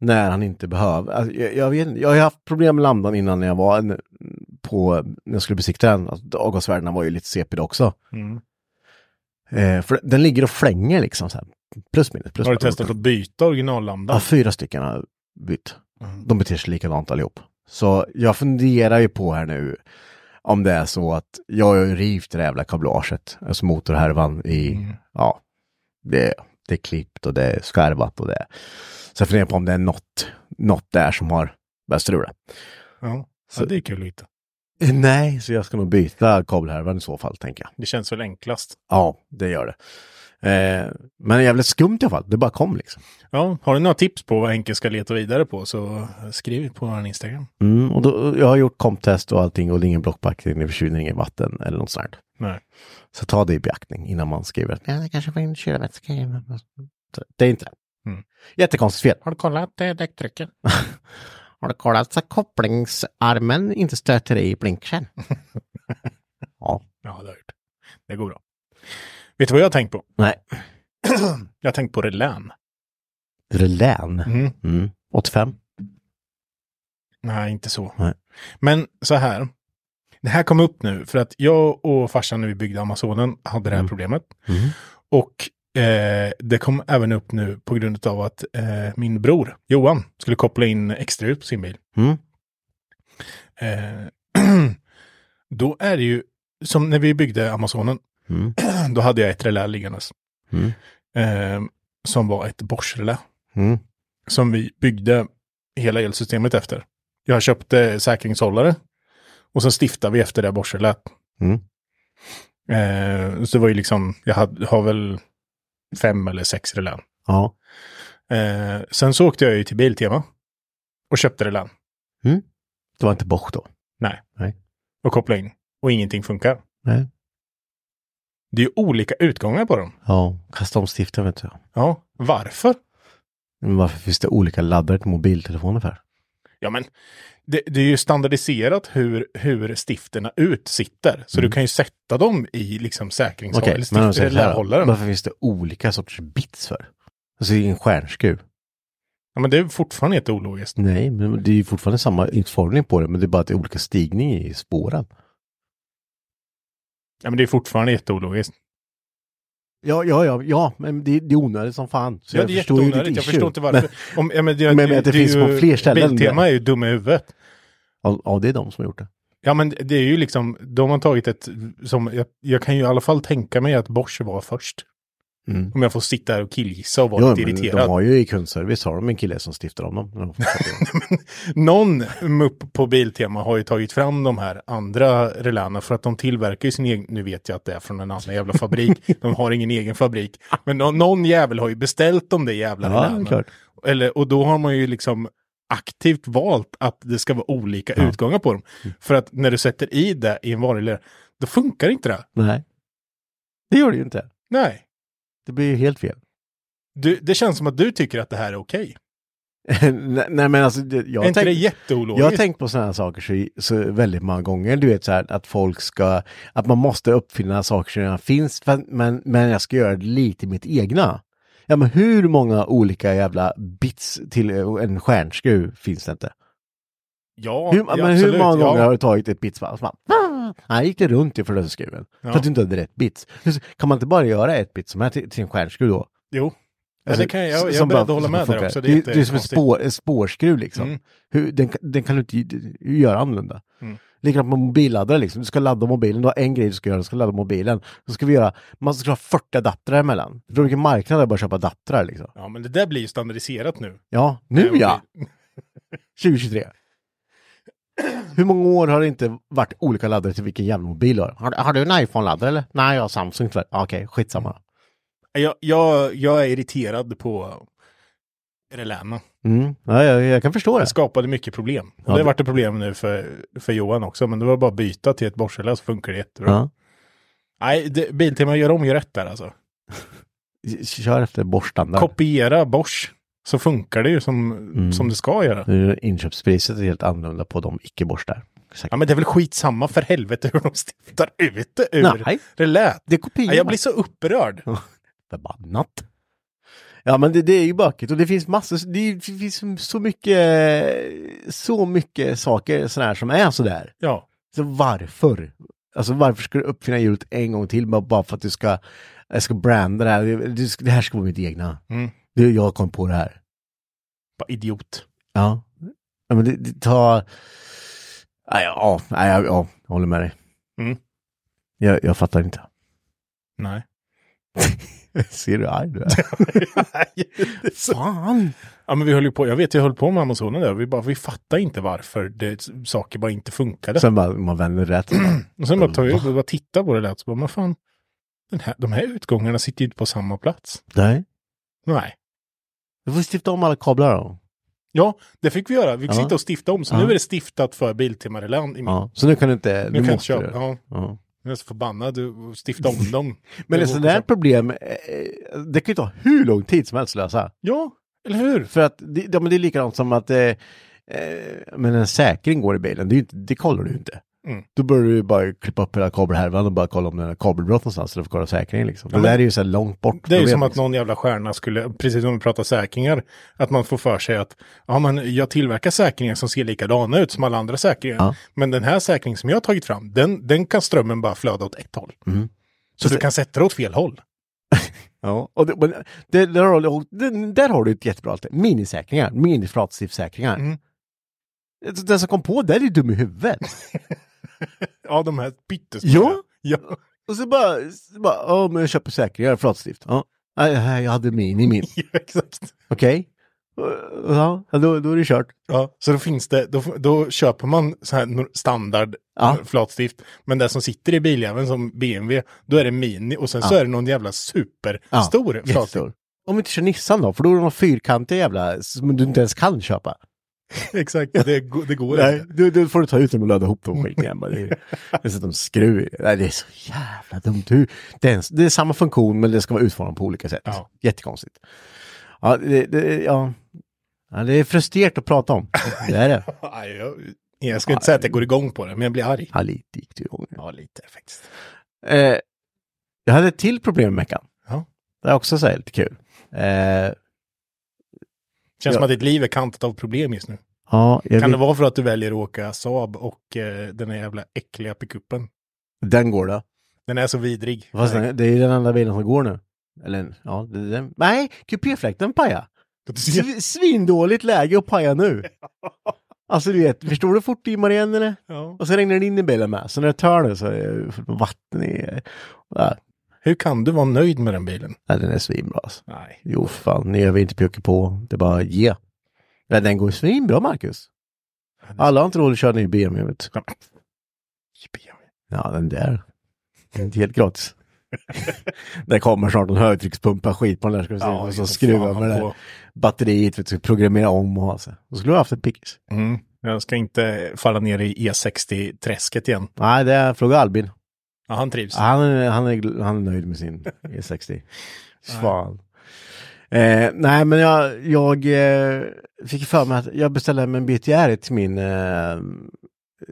S2: När han inte behöver. Alltså, jag, jag, vet, inte. jag har ju haft problem med lambdan innan när jag var en, på, när jag skulle besikta den. Alltså, avgasvärdena var ju lite CPD också.
S3: Mm.
S2: Eh, för den ligger och flänger liksom så här. Plus minus, plus
S3: Har du
S2: minus.
S3: testat att byta
S2: Ja,
S3: originallamdan?
S2: fyra stycken har bytt.
S3: Mm.
S2: De beter sig likadant allihop. Så jag funderar ju på här nu om det är så att jag har ju rivt det där jävla kablaget, alltså motorhärvan i, ja, det, det är klippt och det är skarvat och det. Så jag funderar på om det är något, något där som har börjat strula.
S3: Ja.
S2: Så-
S3: ja, det är kul att hitta.
S2: Eh, Nej, så jag ska nog byta kabelhärvan i så fall, tänker jag.
S3: Det känns väl enklast.
S2: Ja, det gör det. Eh, men jävligt skumt i alla fall, det bara kom liksom.
S3: Ja, har du några tips på vad Henke ska leta vidare på så skriv på vår Instagram.
S2: Mm, och då, jag har gjort komptest och allting och det är ingen blockpackning, ingen förkylning, ingen vatten eller något sånt. här.
S3: Nej.
S2: Så ta det i beaktning innan man skriver att "Ja, det kanske var en kylarvätska. i den." Det är inte det.
S3: Mm.
S2: Jättekonstigt fel. Har du kollat eh, däcktrycken? har du kollat så kopplingsarmen inte stöter i blinkern? ja.
S3: Ja, det har jag gjort. Det går bra. Vet du vad jag har tänkt på?
S2: Nej.
S3: Jag har tänkt på relän.
S2: Relän.
S3: Mm.
S2: Mm. 85.
S3: Nej, inte så.
S2: Nej.
S3: Men så här. Det här kom upp nu för att jag och farsan när vi byggde Amazonen hade det här
S2: Mm.
S3: problemet.
S2: Mm.
S3: Och eh, det kom även upp nu på grund av att eh, min bror Johan skulle koppla in extra ut på sin bil.
S2: Mm.
S3: Eh, då är det ju, som när vi byggde Amazonen,
S2: Mm.
S3: då hade jag ett relä liggandes.
S2: Mm.
S3: Eh, som var ett Bosch-relä.
S2: Mm.
S3: Som vi byggde hela elsystemet efter. Jag köpte säkringshållare. Och sen stiftade vi efter det Bosch-relät.
S2: Mm.
S3: Eh, så det var ju liksom, jag hade, har väl fem eller sex relän.
S2: Ja.
S3: Eh, sen så åkte jag ju till Biltema. Och köpte relän.
S2: Det var inte Bosch då.
S3: Och kopplade in. Och ingenting funkar.
S2: Nej.
S3: Det är ju olika utgångar på dem.
S2: Ja. Kasta om stiften vet du.
S3: Ja, varför?
S2: Men varför finns det olika laddare till mobiltelefoner för?
S3: Ja, men det, det är ju standardiserat hur, hur stifterna ut sitter. Så du kan ju sätta dem i liksom säkringshåll,
S2: Mm. Okej,
S3: eller
S2: men om
S3: stifter
S2: jag
S3: eller
S2: säger så här,
S3: hållaren.
S2: varför finns det olika sorters bits för? Alltså det är ingen stjärnskruv.
S3: Ja, men det är fortfarande inte ologiskt.
S2: Nej, men det är ju fortfarande samma utformning på det, men det är bara att det är olika stigning i spåren.
S3: Ja, men det är fortfarande jätteologiskt.
S2: Ja, ja, ja, ja, men det, det är onödigt som fan. Så
S3: Ja, det är
S2: förstår ju ditt
S3: jätteonödigt. Jag
S2: issue.
S3: förstår inte varför.
S2: Men-
S3: Om, ja, men det,
S2: Men- men att det finns
S3: ju-
S2: på fler ställen.
S3: Biltema är ju dumma i huvudet.
S2: Ja, ja, det är de som har gjort det.
S3: Ja, men det är ju liksom, de har tagit ett, som, jag, jag kan ju i alla fall tänka mig att Bosch var först. Om jag får sitta här och killgissa och vara
S2: Jo,
S3: lite
S2: Mm. men de
S3: irriterad.
S2: har ju i kundservice har de en kille som stiftar om dem. när de får köpa dem.
S3: Någon mupp på Biltema har ju tagit fram de här andra reläna för att de tillverkar ju sin egen, nu vet jag att det är från en annan jävla fabrik, de har ingen egen fabrik, men nå- någon jävel har ju beställt de där jävla
S2: Ja,
S3: reläna.
S2: klart.
S3: Eller, och då har man ju liksom aktivt valt att det ska vara olika utgångar på dem.
S2: Mm.
S3: För att när du sätter i det i en vanlig lera, då funkar inte det.
S2: Nej. Det gör det ju inte.
S3: Nej.
S2: Det blir ju helt fel.
S3: Du, det känns som att du tycker att det här är okej.
S2: nej, nej, men alltså, det- jag,
S3: Är inte
S2: tänk-
S3: det
S2: jag har
S3: jätteologiskt?
S2: tänkt på sådana saker så, så väldigt många gånger. Du vet så här att folk ska, att man måste uppfinna saker som redan finns, för, men, men jag ska göra det lite mitt egna. Ja, men hur många olika jävla bits till eh, en stjärnskruv finns det inte?
S3: Ja,
S2: Hur,
S3: ja,
S2: men
S3: absolut.
S2: hur många
S3: Ja.
S2: gånger har du tagit ett bits? va? Och så bara, Nej, gick det runt i förlustskruven.
S3: Ja.
S2: För att du inte hade rätt bits. Hur- Kan man inte bara göra ett bit som är till, till en stjärnskruv då?
S3: Jo. Ja,
S2: Alltså,
S3: det kan jag, jag, jag är
S2: som
S3: beredd att
S2: bara-
S3: hålla
S2: som
S3: med där
S2: funkar.
S3: också.
S2: Det, är-
S3: inte
S2: det är som en,
S3: konstigt.
S2: spår, en spårskruv liksom.
S3: Mm.
S2: Hur, den, den kan du inte ju- göra annorlunda. Likadant med mobilladdare liksom. Du ska ladda mobilen, du har en grej du ska göra, du ska ladda mobilen. Då ska vi göra, man ska ha 40 adaptrar emellan. Förstår du vilken marknad det är bara att köpa adaptrar liksom?
S3: Ja, men det där blir ju standardiserat nu.
S2: Ja, nu
S3: Nej,
S2: ja! 2023. Hur många år har det inte varit olika laddare till vilken jävla mobil du har? Har, har du en iPhone-laddare eller? Nej, jag har Samsung tyvärr. Ah, Okej, skitsamma.
S3: Jag, jag, jag är irriterad på Relana.
S2: Mm. Ja, jag, jag kan förstå det.
S3: Det skapade mycket problem. Och det har
S2: det-
S3: varit ett problem nu för, för Johan också, men det var bara att byta till ett borstfälla så funkar det jättebra.
S2: Ja.
S3: Nej, det, Biltema gör om ju rätt där alltså.
S2: Kör efter borststandard.
S3: Kopiera Bosch så funkar det ju som, som det ska göra.
S2: Nu är Inköpspriset är helt annorlunda på de icke-borstar. Säkert.
S3: Ja, men det är väl skitsamma för helvete hur de stiftar ut det ur
S2: Nej.
S3: relät.
S2: Det är kopior.
S3: Ja, jag blir så upprörd.
S2: Förbannat. Ja men det, det är ju bökigt och det finns massor, det är- det finns så mycket, så mycket saker sådär som är sådär.
S3: Ja.
S2: Så varför? Alltså varför ska du uppfinna hjulet en gång till bara- bara för att du ska, jag ska branda det här, det, det här ska vara mitt egna.
S3: Mm.
S2: Du, jag kom på det här.
S3: Bara idiot.
S2: Ja. ja men det, det tar... Nej, ja, nej, ja, ja, jag håller med dig.
S3: Mm.
S2: Jag, jag fattar inte.
S3: Nej.
S2: Ser du hur arg du är? Fan!
S3: Ja, men vi höll ju på. Jag vet, jag höll på med Amazonen där. Vi bara, vi fattar inte varför det, saker bara inte funkade.
S2: Sen bara, man vänder rätt.
S3: och sen bara tar vi upp och bara tittar på det där. Så bara, men fan, den här, de här utgångarna sitter ju inte på samma plats.
S2: Nej.
S3: Nej.
S2: Du får stifta om alla kablar då.
S3: Ja, det fick vi göra. Vi fick
S2: Ja.
S3: sitta och stifta om. Så
S2: Ja.
S3: nu är det stiftat för Biltema Reland i min.
S2: Ja. Så nu kan du inte,
S3: Nu
S2: nu
S3: kan jag inte
S2: måste
S3: köpa.
S2: du.
S3: Ja,
S2: Ja.
S3: jag är så förbannad och stifta om dem.
S2: Men
S3: Det
S2: ett sånt
S3: går-
S2: där problem, eh, det kan ju ta hur lång tid som helst att lösa.
S3: Ja, eller hur?
S2: För att det, ja, men det är likadant som att eh, eh, men en säkring går i bilen, det, är ju inte, det kollar du ju inte.
S3: Mm.
S2: Då börjar du ju bara klippa upp hela kabelhärvan och bara kolla om det är kabelbrott någonstans eller för att kolla säkringen liksom.
S3: men-
S2: det där är ju så här långt bort.
S3: Det är ju
S2: problem,
S3: som att
S2: liksom.
S3: någon jävla stjärna skulle, precis som vi pratar säkringar, att man får för sig att ja, men jag tillverkar säkringar som ser likadana ut som alla andra säkringar.
S2: Ja.
S3: Men den här säkringen som jag har tagit fram, den, den kan strömmen bara flöda åt ett håll.
S2: Mm.
S3: Så du kan sätta det åt fel håll.
S2: Ja, och det, men det, där, har, du- det, där har du ett jättebra alternativ. Minisäkringar, miniflatstiftsäkringar. Alltså,
S3: Mm.
S2: Den som kom på det där är ju dum i huvudet.
S3: Ja, de här pyttesmå.
S2: Ja.
S3: ja.
S2: och så bara, så bara ja men jag köper säkringar, flatstift. Ja. Nej, nej, Jag hade mini min.
S3: Ja, exakt.
S2: Okej. Ja, då, då är det kört.
S3: Ja, så då finns det, då, då köper man så här nor- standard
S2: Ja.
S3: eh, flatstift. Men det som sitter i biljäveln som BMW, då är det mini och sen så
S2: Ja.
S3: är det någon jävla
S2: Ja,
S3: superstor flatstift.
S2: jättestor. Om vi inte kör Nissan då, för då är det någon fyrkantig jävla som du inte ens kan köpa.
S3: Exakt, det, go- det går
S2: Nej,
S3: inte.
S2: då, då får du ta ut dem och löda ihop dem och skit igen. bara. Det är- Dessutom skruv i. Nej, det är så jävla dumt. Hur, det, är ens, det är samma funktion men det ska vara utformat på olika sätt.
S3: Ja.
S2: Jättekonstigt. Ja det, det, ja. ja, det är frustrerat att prata om. Det är det.
S3: Nej, jag, jag ska inte säga att jag går igång på det, men jag blir arg.
S2: Ja, lite gick det igång.
S3: Ja, lite faktiskt.
S2: Eh, jag hade ett till problem i veckan.
S3: Ja.
S2: Det är också så här lite kul. Eh,
S3: Känns
S2: Ja.
S3: som att ditt liv är kantat av problem just nu.
S2: ja, jag
S3: Kan
S2: vet-
S3: det vara för att du väljer att åka Saab och eh, den här jävla äckliga pickuppen?
S2: Den går då.
S3: Den är så vidrig.
S2: Fast den, det är ju den enda bilen som går nu. Eller ja, det, är den. nej, kupéfläkten pajar. Sv- Svindåligt läge att paja nu. Alltså du vet, förstår du hur fort det dimmar igen eller?
S3: Ja.
S2: Och så regnar det in i bilen med. Så när det tar nu så är det fullt med vatten i. Ja.
S3: Hur kan du vara nöjd med den bilen?
S2: Nej, den är svinbra alltså.
S3: Nej.
S2: Jo, fan, ni över inte pjucke på. Det är bara ge. Nej, den går svinbra, Marcus. Alla har inte råd att köra ny BMW, vet du. Ja, den där. Den är inte helt gratis. det kommer snart en högtryckspumpa skit på den där ska vi se.
S3: Ja,
S2: och
S3: vi får
S2: så skruva
S3: fan
S2: med det där
S3: på.
S2: batteriet, vet du, programmera om och ha sig. Då skulle du haft en pickis.
S3: Mm. Jag ska inte falla ner i E60-träsket igen.
S2: Nej, det frågar Albin.
S3: Ja, han trivs.
S2: Han är, han, är, han är nöjd med sin E60. Fan. Eh, nej, men jag, jag eh, fick för mig att jag beställde hem en BTR till min eh,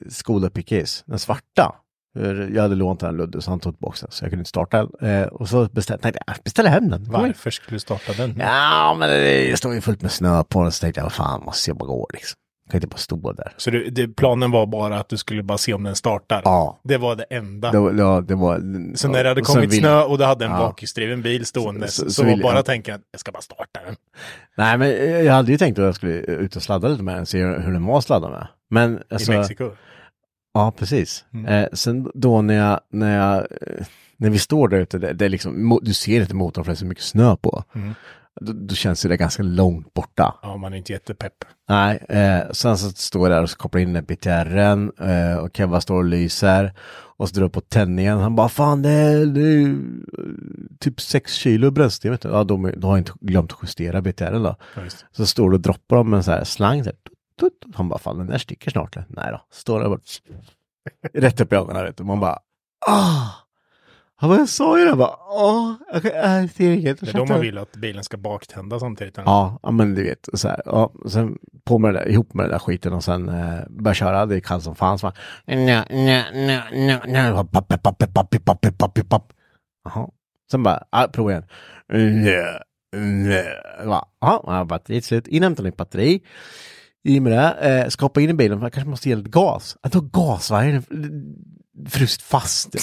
S2: skolapikis, den svarta. För Jag hade lånat den Ludde, så han tog tillbaka den, så jag kunde inte starta den. Eh, och så beställde tänkte jag, beställa hem den.
S3: Varför skulle du starta den?
S2: Ja, men det står ju fullt med snö på den, så tänkte jag, fan, måste jag bara gå liksom. Kan inte bara stå där.
S3: Så du, det, planen var bara att du skulle bara se om den startar?
S2: Ja.
S3: Det var det enda.
S2: Det var, det var, det var,
S3: så när det hade
S2: och sen
S3: kommit
S2: vill-
S3: snö och du hade en
S2: Ja.
S3: bakhjulsdriven bil stående
S2: Så-
S3: så,
S2: så-
S3: så,
S2: så
S3: var
S2: vill-
S3: bara
S2: ja.
S3: tänka att jag ska bara starta den.
S2: Nej, men eh, jag hade ju tänkt att jag skulle ut och sladda lite med den, se hur den var att sladda med. Men alltså,
S3: I Mexiko.
S2: Ja, precis. Eh, sen då när jag, när jag, eh, när vi står där ute, det, det är liksom, mo- du ser inte motorn för det är så mycket snö på. Då, då känns ju det ganska långt borta.
S3: Ja, man är inte jättepepp.
S2: Nej, eh, sen så står jag där och så kopplar in den BTRen eh, och Kevva står och lyser och så drar jag på tändningen. Han bara, fan det är, det är ju, eh, typ 6 kilo bränsle. vet du. Ja, de, de har inte glömt att justera BTRen då. så står du och droppar dem med en sån här slang. Så här, tut, tut. Han bara, fan den där sticker snart. eller?" Nej då, står där och bara, rätt upp i ögonen. Vet du. Man bara, ah! Han bara, jag sa ju det. Jag bara, ah! Jag, kan- jag ser inget.
S3: Det är då man vill att bilen ska baktända samtidigt.
S2: Ja, ja, men du vet. Så här, ja, och sen på med det där, ihop med den där skiten och sen eh, börja köra. Det är kallt som fan. Så man, nja, nja, nja, nja, nja. Bara papp, papp, papp, papp, papp, papp, papp, papp, papp. Jaha. Sen bara, ja, prova igen. Nja, nja. Jag bara, Jaha, ja, batteriet slut. Inhämtar nytt batteri. I och med det, eh, ska hoppa in i bilen för jag kanske måste ge lite gas. Att då gasvajern fryst fast.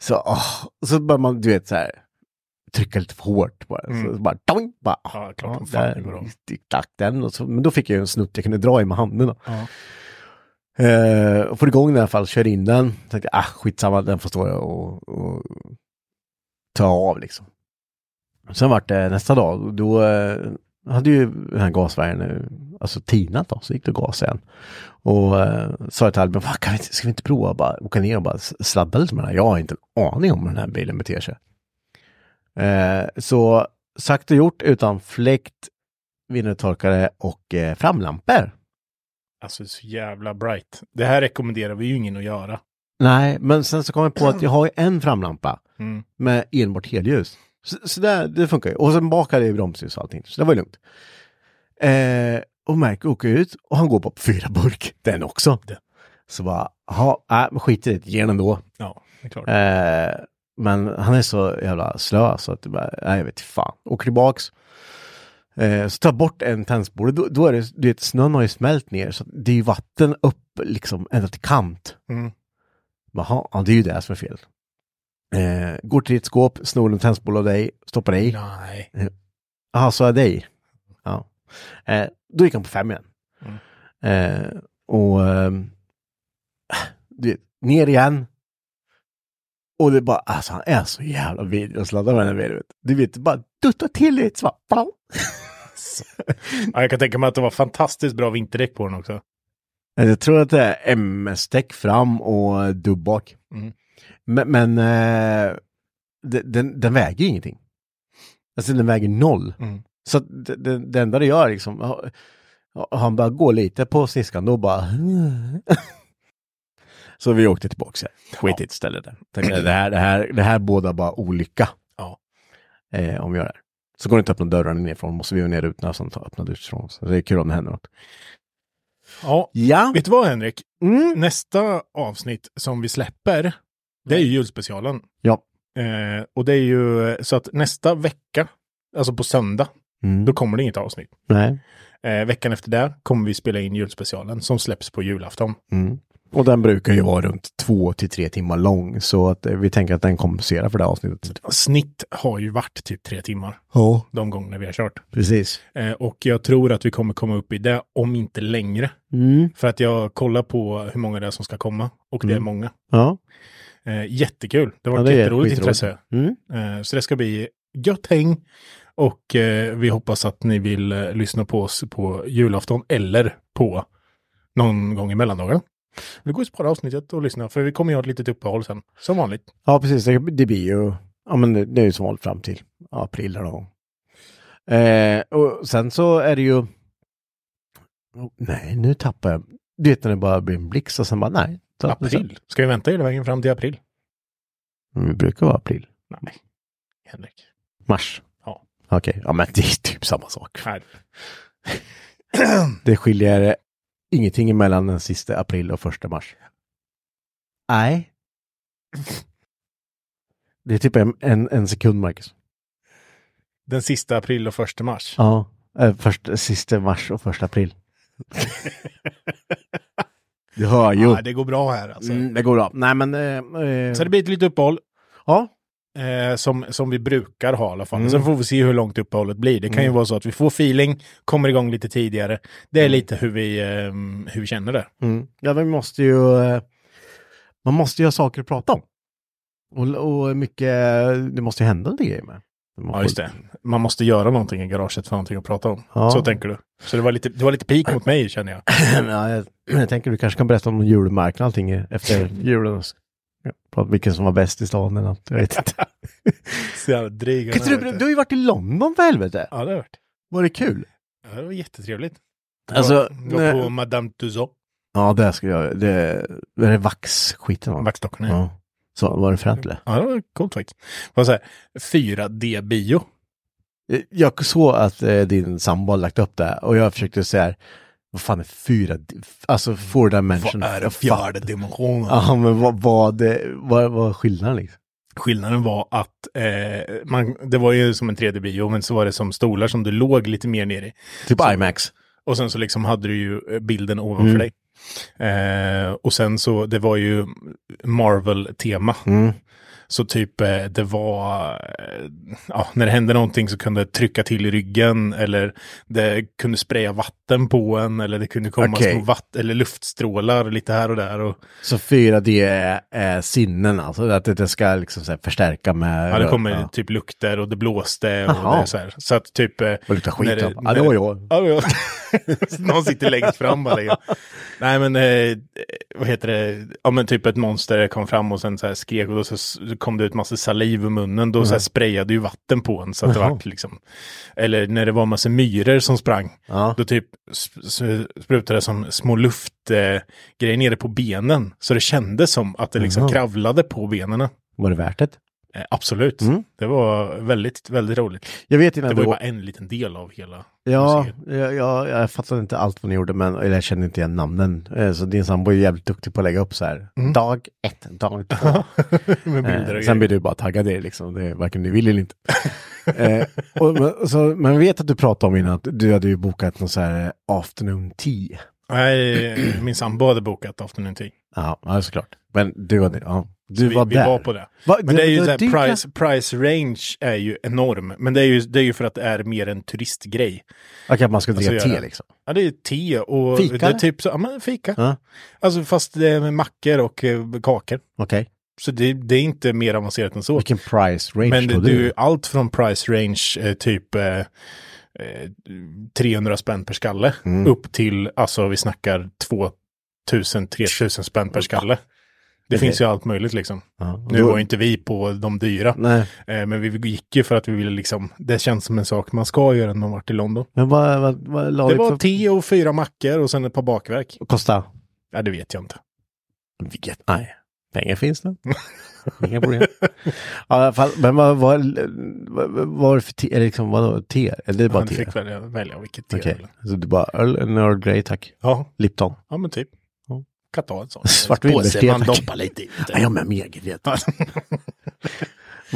S2: Så, åh. så börjar man, du vet så här, trycka lite för hårt på den. Så bara, doing, bara,
S3: Ja, klart som fan det går av.
S2: Tack den. Och så, men då fick jag ju en snutt jag kunde dra i med handen. Då. Eh, och får igång den i alla fall, kör in den. Tänkte, ah, skitsamma, den får stå och, och ta av liksom. Sen vart det nästa dag, då eh, hade ju den här gasvajern eh, alltså tinat då, så gick det att gasa igen. Och eh, sa till Albin, "Fan, kan vi inte, ska vi inte prova att bara åka ner och bara s- sladda lite med den här? Jag har inte en aning om hur den här bilen beter sig. Eh, så sagt och gjort, utan fläkt, vindrutetorkare och eh, framlampor.
S3: Alltså så jävla bright. Det här rekommenderar vi ju ingen att göra.
S2: Nej, men sen så kom jag på att jag har ju en framlampa
S3: Mm.
S2: med enbart helljus. Så, så där, det funkar ju. Och sen bakade jag i bromsljus och allting, så det var ju lugnt. Eh, och Mark åker ut och han går på fyra burk, den också. Så bara, jaha, äh, men skit i det, ge den ändå.
S3: Ja, det är klart.
S2: Eh, men han är så jävla slö så att det bara, nej jag vet inte fan. Åker tillbaks. Eh, så tar jag bort en tändspole, då, då är det, du vet snön har ju smält ner så det är ju vatten upp liksom ända till kant.
S3: Mm.
S2: Jaha, ja, det är ju det som är fel. Eh, går till ditt skåp, snor en tändspole av dig, stoppar dig.
S3: Nej.
S2: Jaha, sa jag dig? Ja. Eh, då gick han på fem igen. Eh, och ehm, du vet, ner igen. Och det bara, alltså han är så jävla vidrig att sladda med den här videon. vet Du Du vet, det bara dutta till det, så bara, plong.
S3: Ja, jag kan tänka mig att det var fantastiskt bra vinterdäck på den också.
S2: Eh, Jag tror att det är MS-däck fram och dubb bak.
S3: Mm.
S2: Men, men eh, de- den, den väger ju ingenting. Alltså den väger noll.
S3: Mm.
S2: Så att det, det, det enda det gör liksom, ha- ha- han bara går lite på sniskan då bara. Så vi åkte tillbaka. Skit i ett ställe där. Tänkte, det, här, det, här, det här båda bara olycka.
S3: Ja.
S2: Eh, om vi gör det här. Så går det inte att öppna dörrarna nerifrån, måste vi ju ner rutorna som tar- öppnade utifrån. Så det är kul om det händer något.
S3: Ja,
S2: Ja. Mm.
S3: vet du vad Henrik? Nästa avsnitt som vi släpper, det är ju julspecialen.
S2: Ja.
S3: Eh, och det är ju eh, så att nästa vecka, alltså på söndag,
S2: Mm.
S3: då kommer det inget avsnitt.
S2: Nej.
S3: Eh, veckan efter det kommer vi spela in julspecialen som släpps på julafton.
S2: Mm. Och den brukar ju vara runt två till tre timmar lång. Så att eh, vi tänker att den kompenserar för det här avsnittet.
S3: Snitt har ju varit typ tre timmar
S2: Ja,
S3: de gångerna vi har kört.
S2: precis.
S3: Eh, och jag tror att vi kommer komma upp i det, om inte längre.
S2: Mm.
S3: För att jag kollar på hur många det är som ska komma och det är många.
S2: Ja.
S3: Eh, jättekul. Det var
S2: Mm. Ja,
S3: ett
S2: det är
S3: jätteroligt
S2: skitroligt.
S3: intresse.
S2: Mm.
S3: Eh, så det ska bli gött häng. Och eh, vi hoppas att ni vill eh, lyssna på oss på julafton eller på någon gång i mellandagarna. Vi går och sparar avsnittet och lyssnar för vi kommer ju ha ett litet uppehåll sen. Som vanligt.
S2: Ja, precis. Det, det blir ju, ja men det, det är ju som vanligt fram till april eller någon gång. Eh, och sen så är det ju, oh, nej nu tappar jag, du vet när det bara blir en blixt och sen bara nej. ta-
S3: April. Ska vi vänta hela vägen fram till april?
S2: Mm, Det brukar vara april.
S3: Nej. Henrik.
S2: Mars.
S3: Ja.
S2: Okej, ja men det är typ samma sak.
S3: Nej.
S2: Det skiljer ingenting mellan den sista april och första mars. Nej. Det är typ en, en, en sekund, Marcus.
S3: Den sista april och första mars.
S2: Ja. Eh, Först, sista mars och första april. Du hör ju.
S3: Ja, det går bra här alltså.
S2: Mm, det går bra. Nej men... Eh, eh,
S3: Så det blir ett litet uppehåll.
S2: Ja.
S3: Eh, som, som vi brukar ha i alla fall.
S2: Mm.
S3: Sen får vi se hur långt uppehållet blir. Det kan ju vara så att vi får feeling, kommer igång lite tidigare. Det är lite hur vi, ehm, hur vi känner det.
S2: Mm. Ja, men vi måste ju... eh, Man måste ju ha saker att prata om. Och, och mycket... Det måste ju hända lite grejer med. Man
S3: Ja, just
S2: får-
S3: det. Man måste göra någonting i garaget för någonting att prata om.
S2: Ja.
S3: Så tänker du. Så det var lite, det var lite pik mot mig känner jag.
S2: ja, jag, jag tänker du kanske kan berätta om julmarknaden och allting efter julen. Ja, prata Vilken som var bäst i stan eller något. Jag vet inte.
S3: Så jävla dryg.
S2: Kan inte du, du har ju varit i London för helvete.
S3: Ja, det har varit.
S2: Var det kul?
S3: Ja, det var jättetrevligt.
S2: Alltså,
S3: jag var på
S2: nej.
S3: Madame Tussauds.
S2: Ja, det ska jag. Det, det är vaxskiten va?
S3: Vaxdockorna. Ja.
S2: Ja. Så var det fränt eller?
S3: ja, det var coolt faktiskt. Det var så här 4D-bio.
S2: Jag såg att eh, din sambo hade lagt upp det och jag försökte säga här, vad fan är fyra, alltså four dimension.
S3: Vad är det
S2: Jag
S3: fjärde
S2: fattar.
S3: dimensionen?
S2: Ja, men vad, vad, vad, vad är skillnaden liksom?
S3: Skillnaden var att eh, man, det var ju som en 3D-bio, men så var det som stolar som du låg lite mer ner i.
S2: Typ
S3: Så-
S2: IMAX.
S3: Och sen så liksom hade du ju eh, bilden ovanför
S2: Mm.
S3: dig. Eh, och sen så, det var ju Marvel-tema.
S2: Mm.
S3: Så typ eh, det var, eh, ja, när det hände någonting så kunde det trycka till i ryggen eller det kunde spraya vatten på en eller det kunde komma
S2: Okej.
S3: små vatt- eller luftstrålar lite här och där. Och,
S2: Så 4D är, är sinnen alltså, att det, det ska liksom så här förstärka med...
S3: ja, det kommer
S2: Ja.
S3: typ lukter och det blåste och
S2: Jaha.
S3: det, så här. Så att typ... eh,
S2: Och lukta skit.
S3: när
S2: Det, ja, det var jag.
S3: Ja, ja. Någon sitter längst fram bara. liksom. lägger. Nej, men eh, vad heter det? Ja, men typ ett monster kom fram och sen så här skrek och då så s- kom det ut massa saliv ur munnen. Då så här sprayade ju vatten på en så att det
S2: Jaha.
S3: vart liksom. Eller när det var massa myror som sprang,
S2: Ja.
S3: då typ sp- s- sprutade det som små luftgrejer eh, grejer nere på benen. Så det kändes som att det liksom
S2: Jaha.
S3: kravlade på benen. Eh,
S2: Var det värt det?
S3: absolut.
S2: Mm.
S3: Det var väldigt, väldigt roligt.
S2: Jag vet innan
S3: Det var
S2: du...
S3: ju bara en liten del av hela
S2: Ja,
S3: museet.
S2: jag, jag, jag fattade inte allt vad ni gjorde, men eller jag kände inte igen namnen. Eh, Så din sambo är jävligt duktig på att lägga upp så här. Dag ett, dag två.
S3: med
S2: Eh,
S3: Mm. bilder
S2: sen
S3: och grejer.
S2: blir du bara taggad i det liksom, det är varken du vill eller inte. eh, och, men- så, men jag vet att du pratade om innan att du hade ju bokat någon så här eh, afternoon tea.
S3: Nej, min sambo hade bokat afternoon tea.
S2: Ja, ja såklart. Men du hade, ja. Du
S3: vi
S2: var
S3: vi
S2: där.
S3: var på det.
S2: Va?
S3: Men det är ju
S2: Du-
S3: så här,
S2: du-
S3: price, price range är ju enorm. Men det är ju, det är ju för att det är mer en turistgrej.
S2: Okej, att man ska dricka
S3: Alltså,
S2: te
S3: göra-
S2: liksom.
S3: Ja, det är te och
S2: Fika,
S3: det är
S2: eller?
S3: typ så, ja men fika.
S2: Ja.
S3: Alltså fast det är med mackor och eh, kakor.
S2: Okej.
S3: Så det, det är inte mer avancerat än så.
S2: Vilken price range
S3: Men
S2: på
S3: det, det är ju allt från price range eh, typ eh, eh, 300 spänn per skalle
S2: Mm.
S3: upp till, alltså vi snackar 2000-3000 spänn per skalle. Det
S2: Okej.
S3: finns ju allt möjligt liksom.
S2: Ja, och
S3: Nu
S2: då-
S3: var ju inte vi på de dyra,
S2: Nej,
S3: eh, men vi gick ju för att vi ville liksom, det känns som en sak man ska göra när man varit i London.
S2: men vad, vad, vad la
S3: Det
S2: vi
S3: var
S2: för-
S3: te och fyra mackor och sen ett par bakverk.
S2: Kosta?
S3: Ja, det vet jag inte.
S2: Vilket? Nej. Pengar finns det. Inga problem. Ja, i alla fall, men vad var vad, vad, det för te? Eller liksom, vadå, te? Eller det är bara
S3: Man
S2: te?
S3: fick välja, välja vilket te.
S2: Okej,
S3: eller-
S2: så du bara öl, en Earl Grey tack.
S3: Ja,
S2: Lipton.
S3: ja, men typ.
S2: Ja.
S3: Kan ta en sån.
S2: Svart
S3: Påse
S2: vinbärste,
S3: man
S2: tack.
S3: doppar lite i.
S2: Ja, jag med mig eget vet du.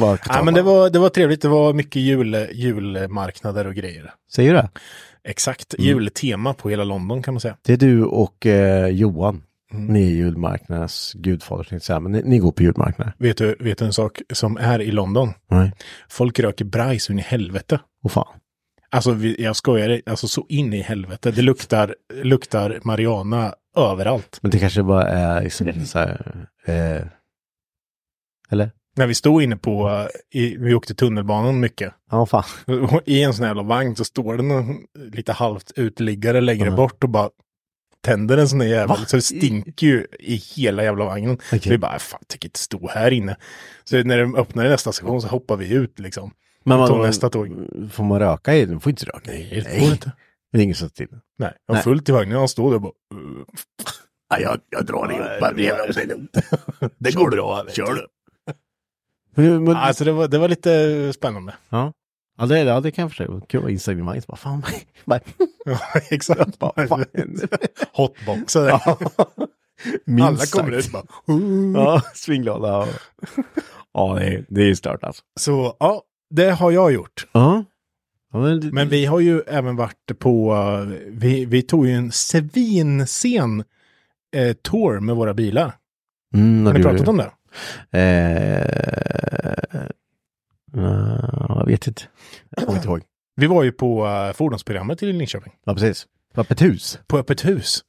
S3: Ja, men det var, det var trevligt. Det var mycket jul, julmarknader och grejer.
S2: Säger du det?
S3: Exakt.
S2: Mm.
S3: Jultema på hela London kan man säga.
S2: Det är du och eh, Johan.
S3: Mm.
S2: Ni är julmarknadens gudfader, tänkte jag säga, men ni, ni går på julmarknader.
S3: Vet du, vet du en sak som är i London?
S2: Nej.
S3: Folk röker braj så in i helvete.
S2: Åh fan.
S3: Alltså, vi, jag skojar, alltså så in i helvete. Det luktar, luktar Mariana överallt. Mm.
S2: Men det kanske bara är liksom, så här, eh, Eller?
S3: När vi stod inne på, eh, i, vi åkte tunnelbanan mycket.
S2: Ja, fan.
S3: Och I en sån här jävla vagn så står det någon lite halvt uteliggare längre bort och bara tänder en sån där jävel.
S2: Va?
S3: Så det stinker ju i hela jävla vagnen. Så vi bara, fan, tycker inte stå här inne. Så när de öppnade nästa station så hoppar vi ut liksom.
S2: Men
S3: Tar nästa tåg.
S2: Får man röka i den? får inte röka.
S3: Nej, det går
S2: Nej.
S3: inte.
S2: Det är ingen som till.
S3: Nej, jag var
S2: Nej.
S3: fullt i vagnen. Han stod där och bara, "Uh,
S2: Ja, jag, jag drar
S3: ihop.
S2: Det går bra.
S3: kör du.
S2: Men, men,
S3: Alltså det var, det var lite spännande.
S2: ja. Ja, det, ja, det kan jag förstå. Kul att Instagram Minds bara, fan, bara,
S3: Ja, exakt.
S2: bara, fan.
S3: Hotboxade.
S2: Ja. Minst
S3: Alla
S2: sagt.
S3: kommer ut bara.
S2: Ja, svinglada. Ja, ja det, är- det är ju stört alltså.
S3: Så ja, det har jag gjort.
S2: Ja. ja men, det-
S3: Men vi har ju även varit på, eh, vi, vi tog ju en svinsen eh, tour med våra bilar.
S2: mm,
S3: Har ni pratat om
S2: det?
S3: det?
S2: Eh, eh, jag vet inte. Jag kommer inte ihåg.
S3: Vi var ju på eh, fordonsprogrammet i Linköping,
S2: Ja, precis. Öppet hus.
S3: på öppet hus.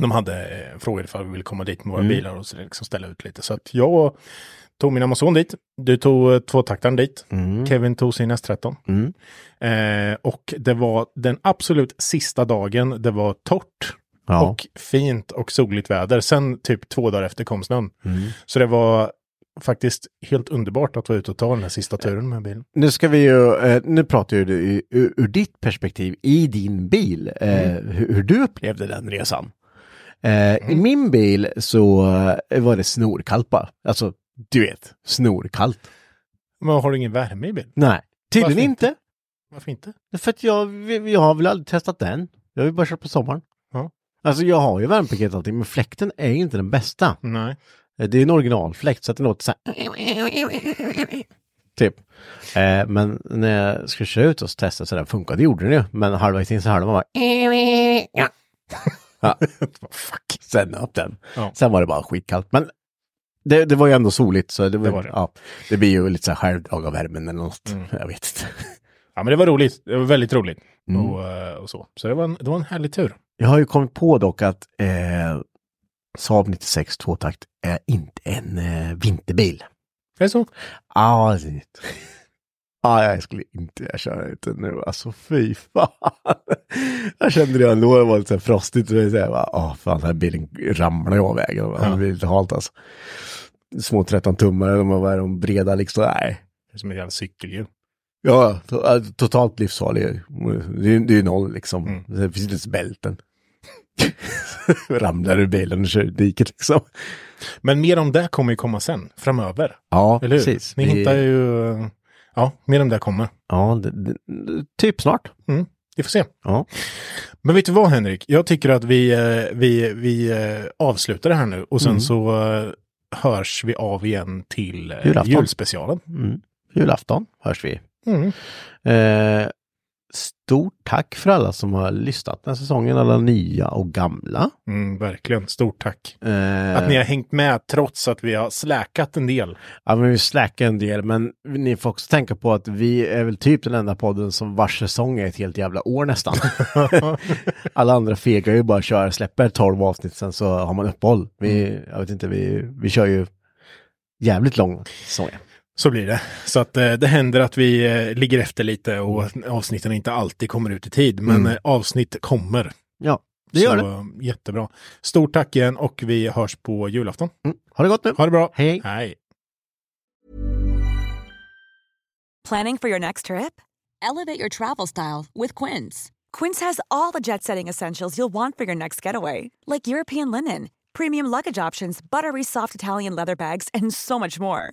S3: De hade eh, frågat ifall vi ville komma dit med våra
S2: Mm.
S3: bilar och så liksom ställa ut lite. Så att jag tog min Amazon dit, du tog eh, tvåtaktaren dit,
S2: Mm.
S3: Kevin tog sin S13.
S2: Mm.
S3: Eh, och det var den absolut sista dagen, det var torrt
S2: Ja.
S3: och fint och soligt väder. Sen typ två dagar efter kom snön.
S2: Mm.
S3: Så det var faktiskt helt underbart att vara ute och ta den här sista turen med bilen.
S2: Nu ska vi ju, eh, nu pratar ju du i- ur, ur ditt perspektiv i din bil, eh, hur, hur du upplevde den resan. Eh, I min bil så eh, var det snorkallt bara. Alltså, du vet, snorkallt.
S3: Men har du ingen värme i bilen?
S2: Nej, tydligen
S3: Varför inte?
S2: inte.
S3: Varför inte?
S2: För att jag, vi- jag har väl aldrig testat den. Jag har ju bara kört på sommaren.
S3: Ja.
S2: Alltså jag har ju värmepaket och allting, men fläkten är inte den bästa.
S3: Nej.
S2: Eh, Det är en originalfläkt så att den låter så här. Typ. Eh, men när jag skulle köra ut och testa så där funkade, det gjorde den ju. Men halvvägs in så hörde man bara. Ja. ja. Fuck. Sen upp den.
S3: Ja.
S2: Sen var det bara skitkallt. Men det, det var ju ändå soligt så det, var,
S3: Det var det.
S2: Ja, det blir ju lite så här självdrag av värmen eller något. Jag vet inte.
S3: Ja, men det var roligt. Det var väldigt roligt.
S2: Mm.
S3: Och, eh, och så. Så det var, en, det var en härlig tur.
S2: Jag har ju kommit på dock att eh, Saab 96 tvåtakt är inte en eh, vinterbil.
S3: Är det så?
S2: Ja, det är nytt. Ja, jag skulle inte jag köra ut den nu. Alltså fy fan. Jag kände redan då det var lite så här frostigt. Och jag bara, åh fan, den här bilen ramlar ju av vägen.
S3: Ja.
S2: Det blir lite halt alltså. Små 13 tummare, de var de breda liksom. Nej.
S3: Det är som ett jävla cykelhjul.
S2: Ja, to- ja, totalt livsfarlig. Det är det är ju noll liksom.
S3: Mm.
S2: Det finns inte ens bälten. Ramlar ur bilen och kör ut diket liksom.
S3: Men mer om det kommer ju komma sen, framöver.
S2: Ja,
S3: Eller hur?
S2: precis.
S3: Ni
S2: Vi-
S3: hittar ju... eh, Ja, mer om det kommer.
S2: Ja, det, det, typ snart.
S3: Vi får se.
S2: Ja.
S3: Men vet du vad Henrik? Jag tycker att vi, eh, vi, vi eh, avslutar det här nu och sen
S2: Mm.
S3: så eh, hörs vi av igen till eh,
S2: Julafton.
S3: julspecialen.
S2: Mm. Julafton hörs vi.
S3: Mm.
S2: Eh, stort tack för alla som har lyssnat den här säsongen, alla nya och gamla.
S3: Mm, verkligen, stort tack.
S2: Eh,
S3: Att ni har hängt med trots att vi har släkat en del.
S2: Ja, men vi släcker en del, men ni får också tänka på att vi är väl typ den enda podden som vars säsong är ett helt jävla år nästan. alla andra fegar ju bara kör, släpper 12 avsnitt, sen så har man uppehåll. Vi, jag vet inte, vi, vi kör ju jävligt lång säsong.
S3: Så blir det. Så att eh, det händer att vi eh, ligger efter lite och
S2: Mm.
S3: avsnitten inte alltid kommer ut i tid. Men eh, avsnitt kommer.
S2: Ja, Mm. det gör
S3: så,
S2: det.
S3: eh, Jättebra. Stort tack igen och vi hörs på julafton.
S2: Mm. Ha det gott nu.
S3: Ha det bra.
S2: Hej.
S3: Hej.
S6: Planning for your next trip?
S7: Elevate your travel style with Quince.
S6: Quince has all the jet setting essentials you'll want for your next getaway, like European linen, premium luggage options, buttery soft Italian leather bags, and so much more.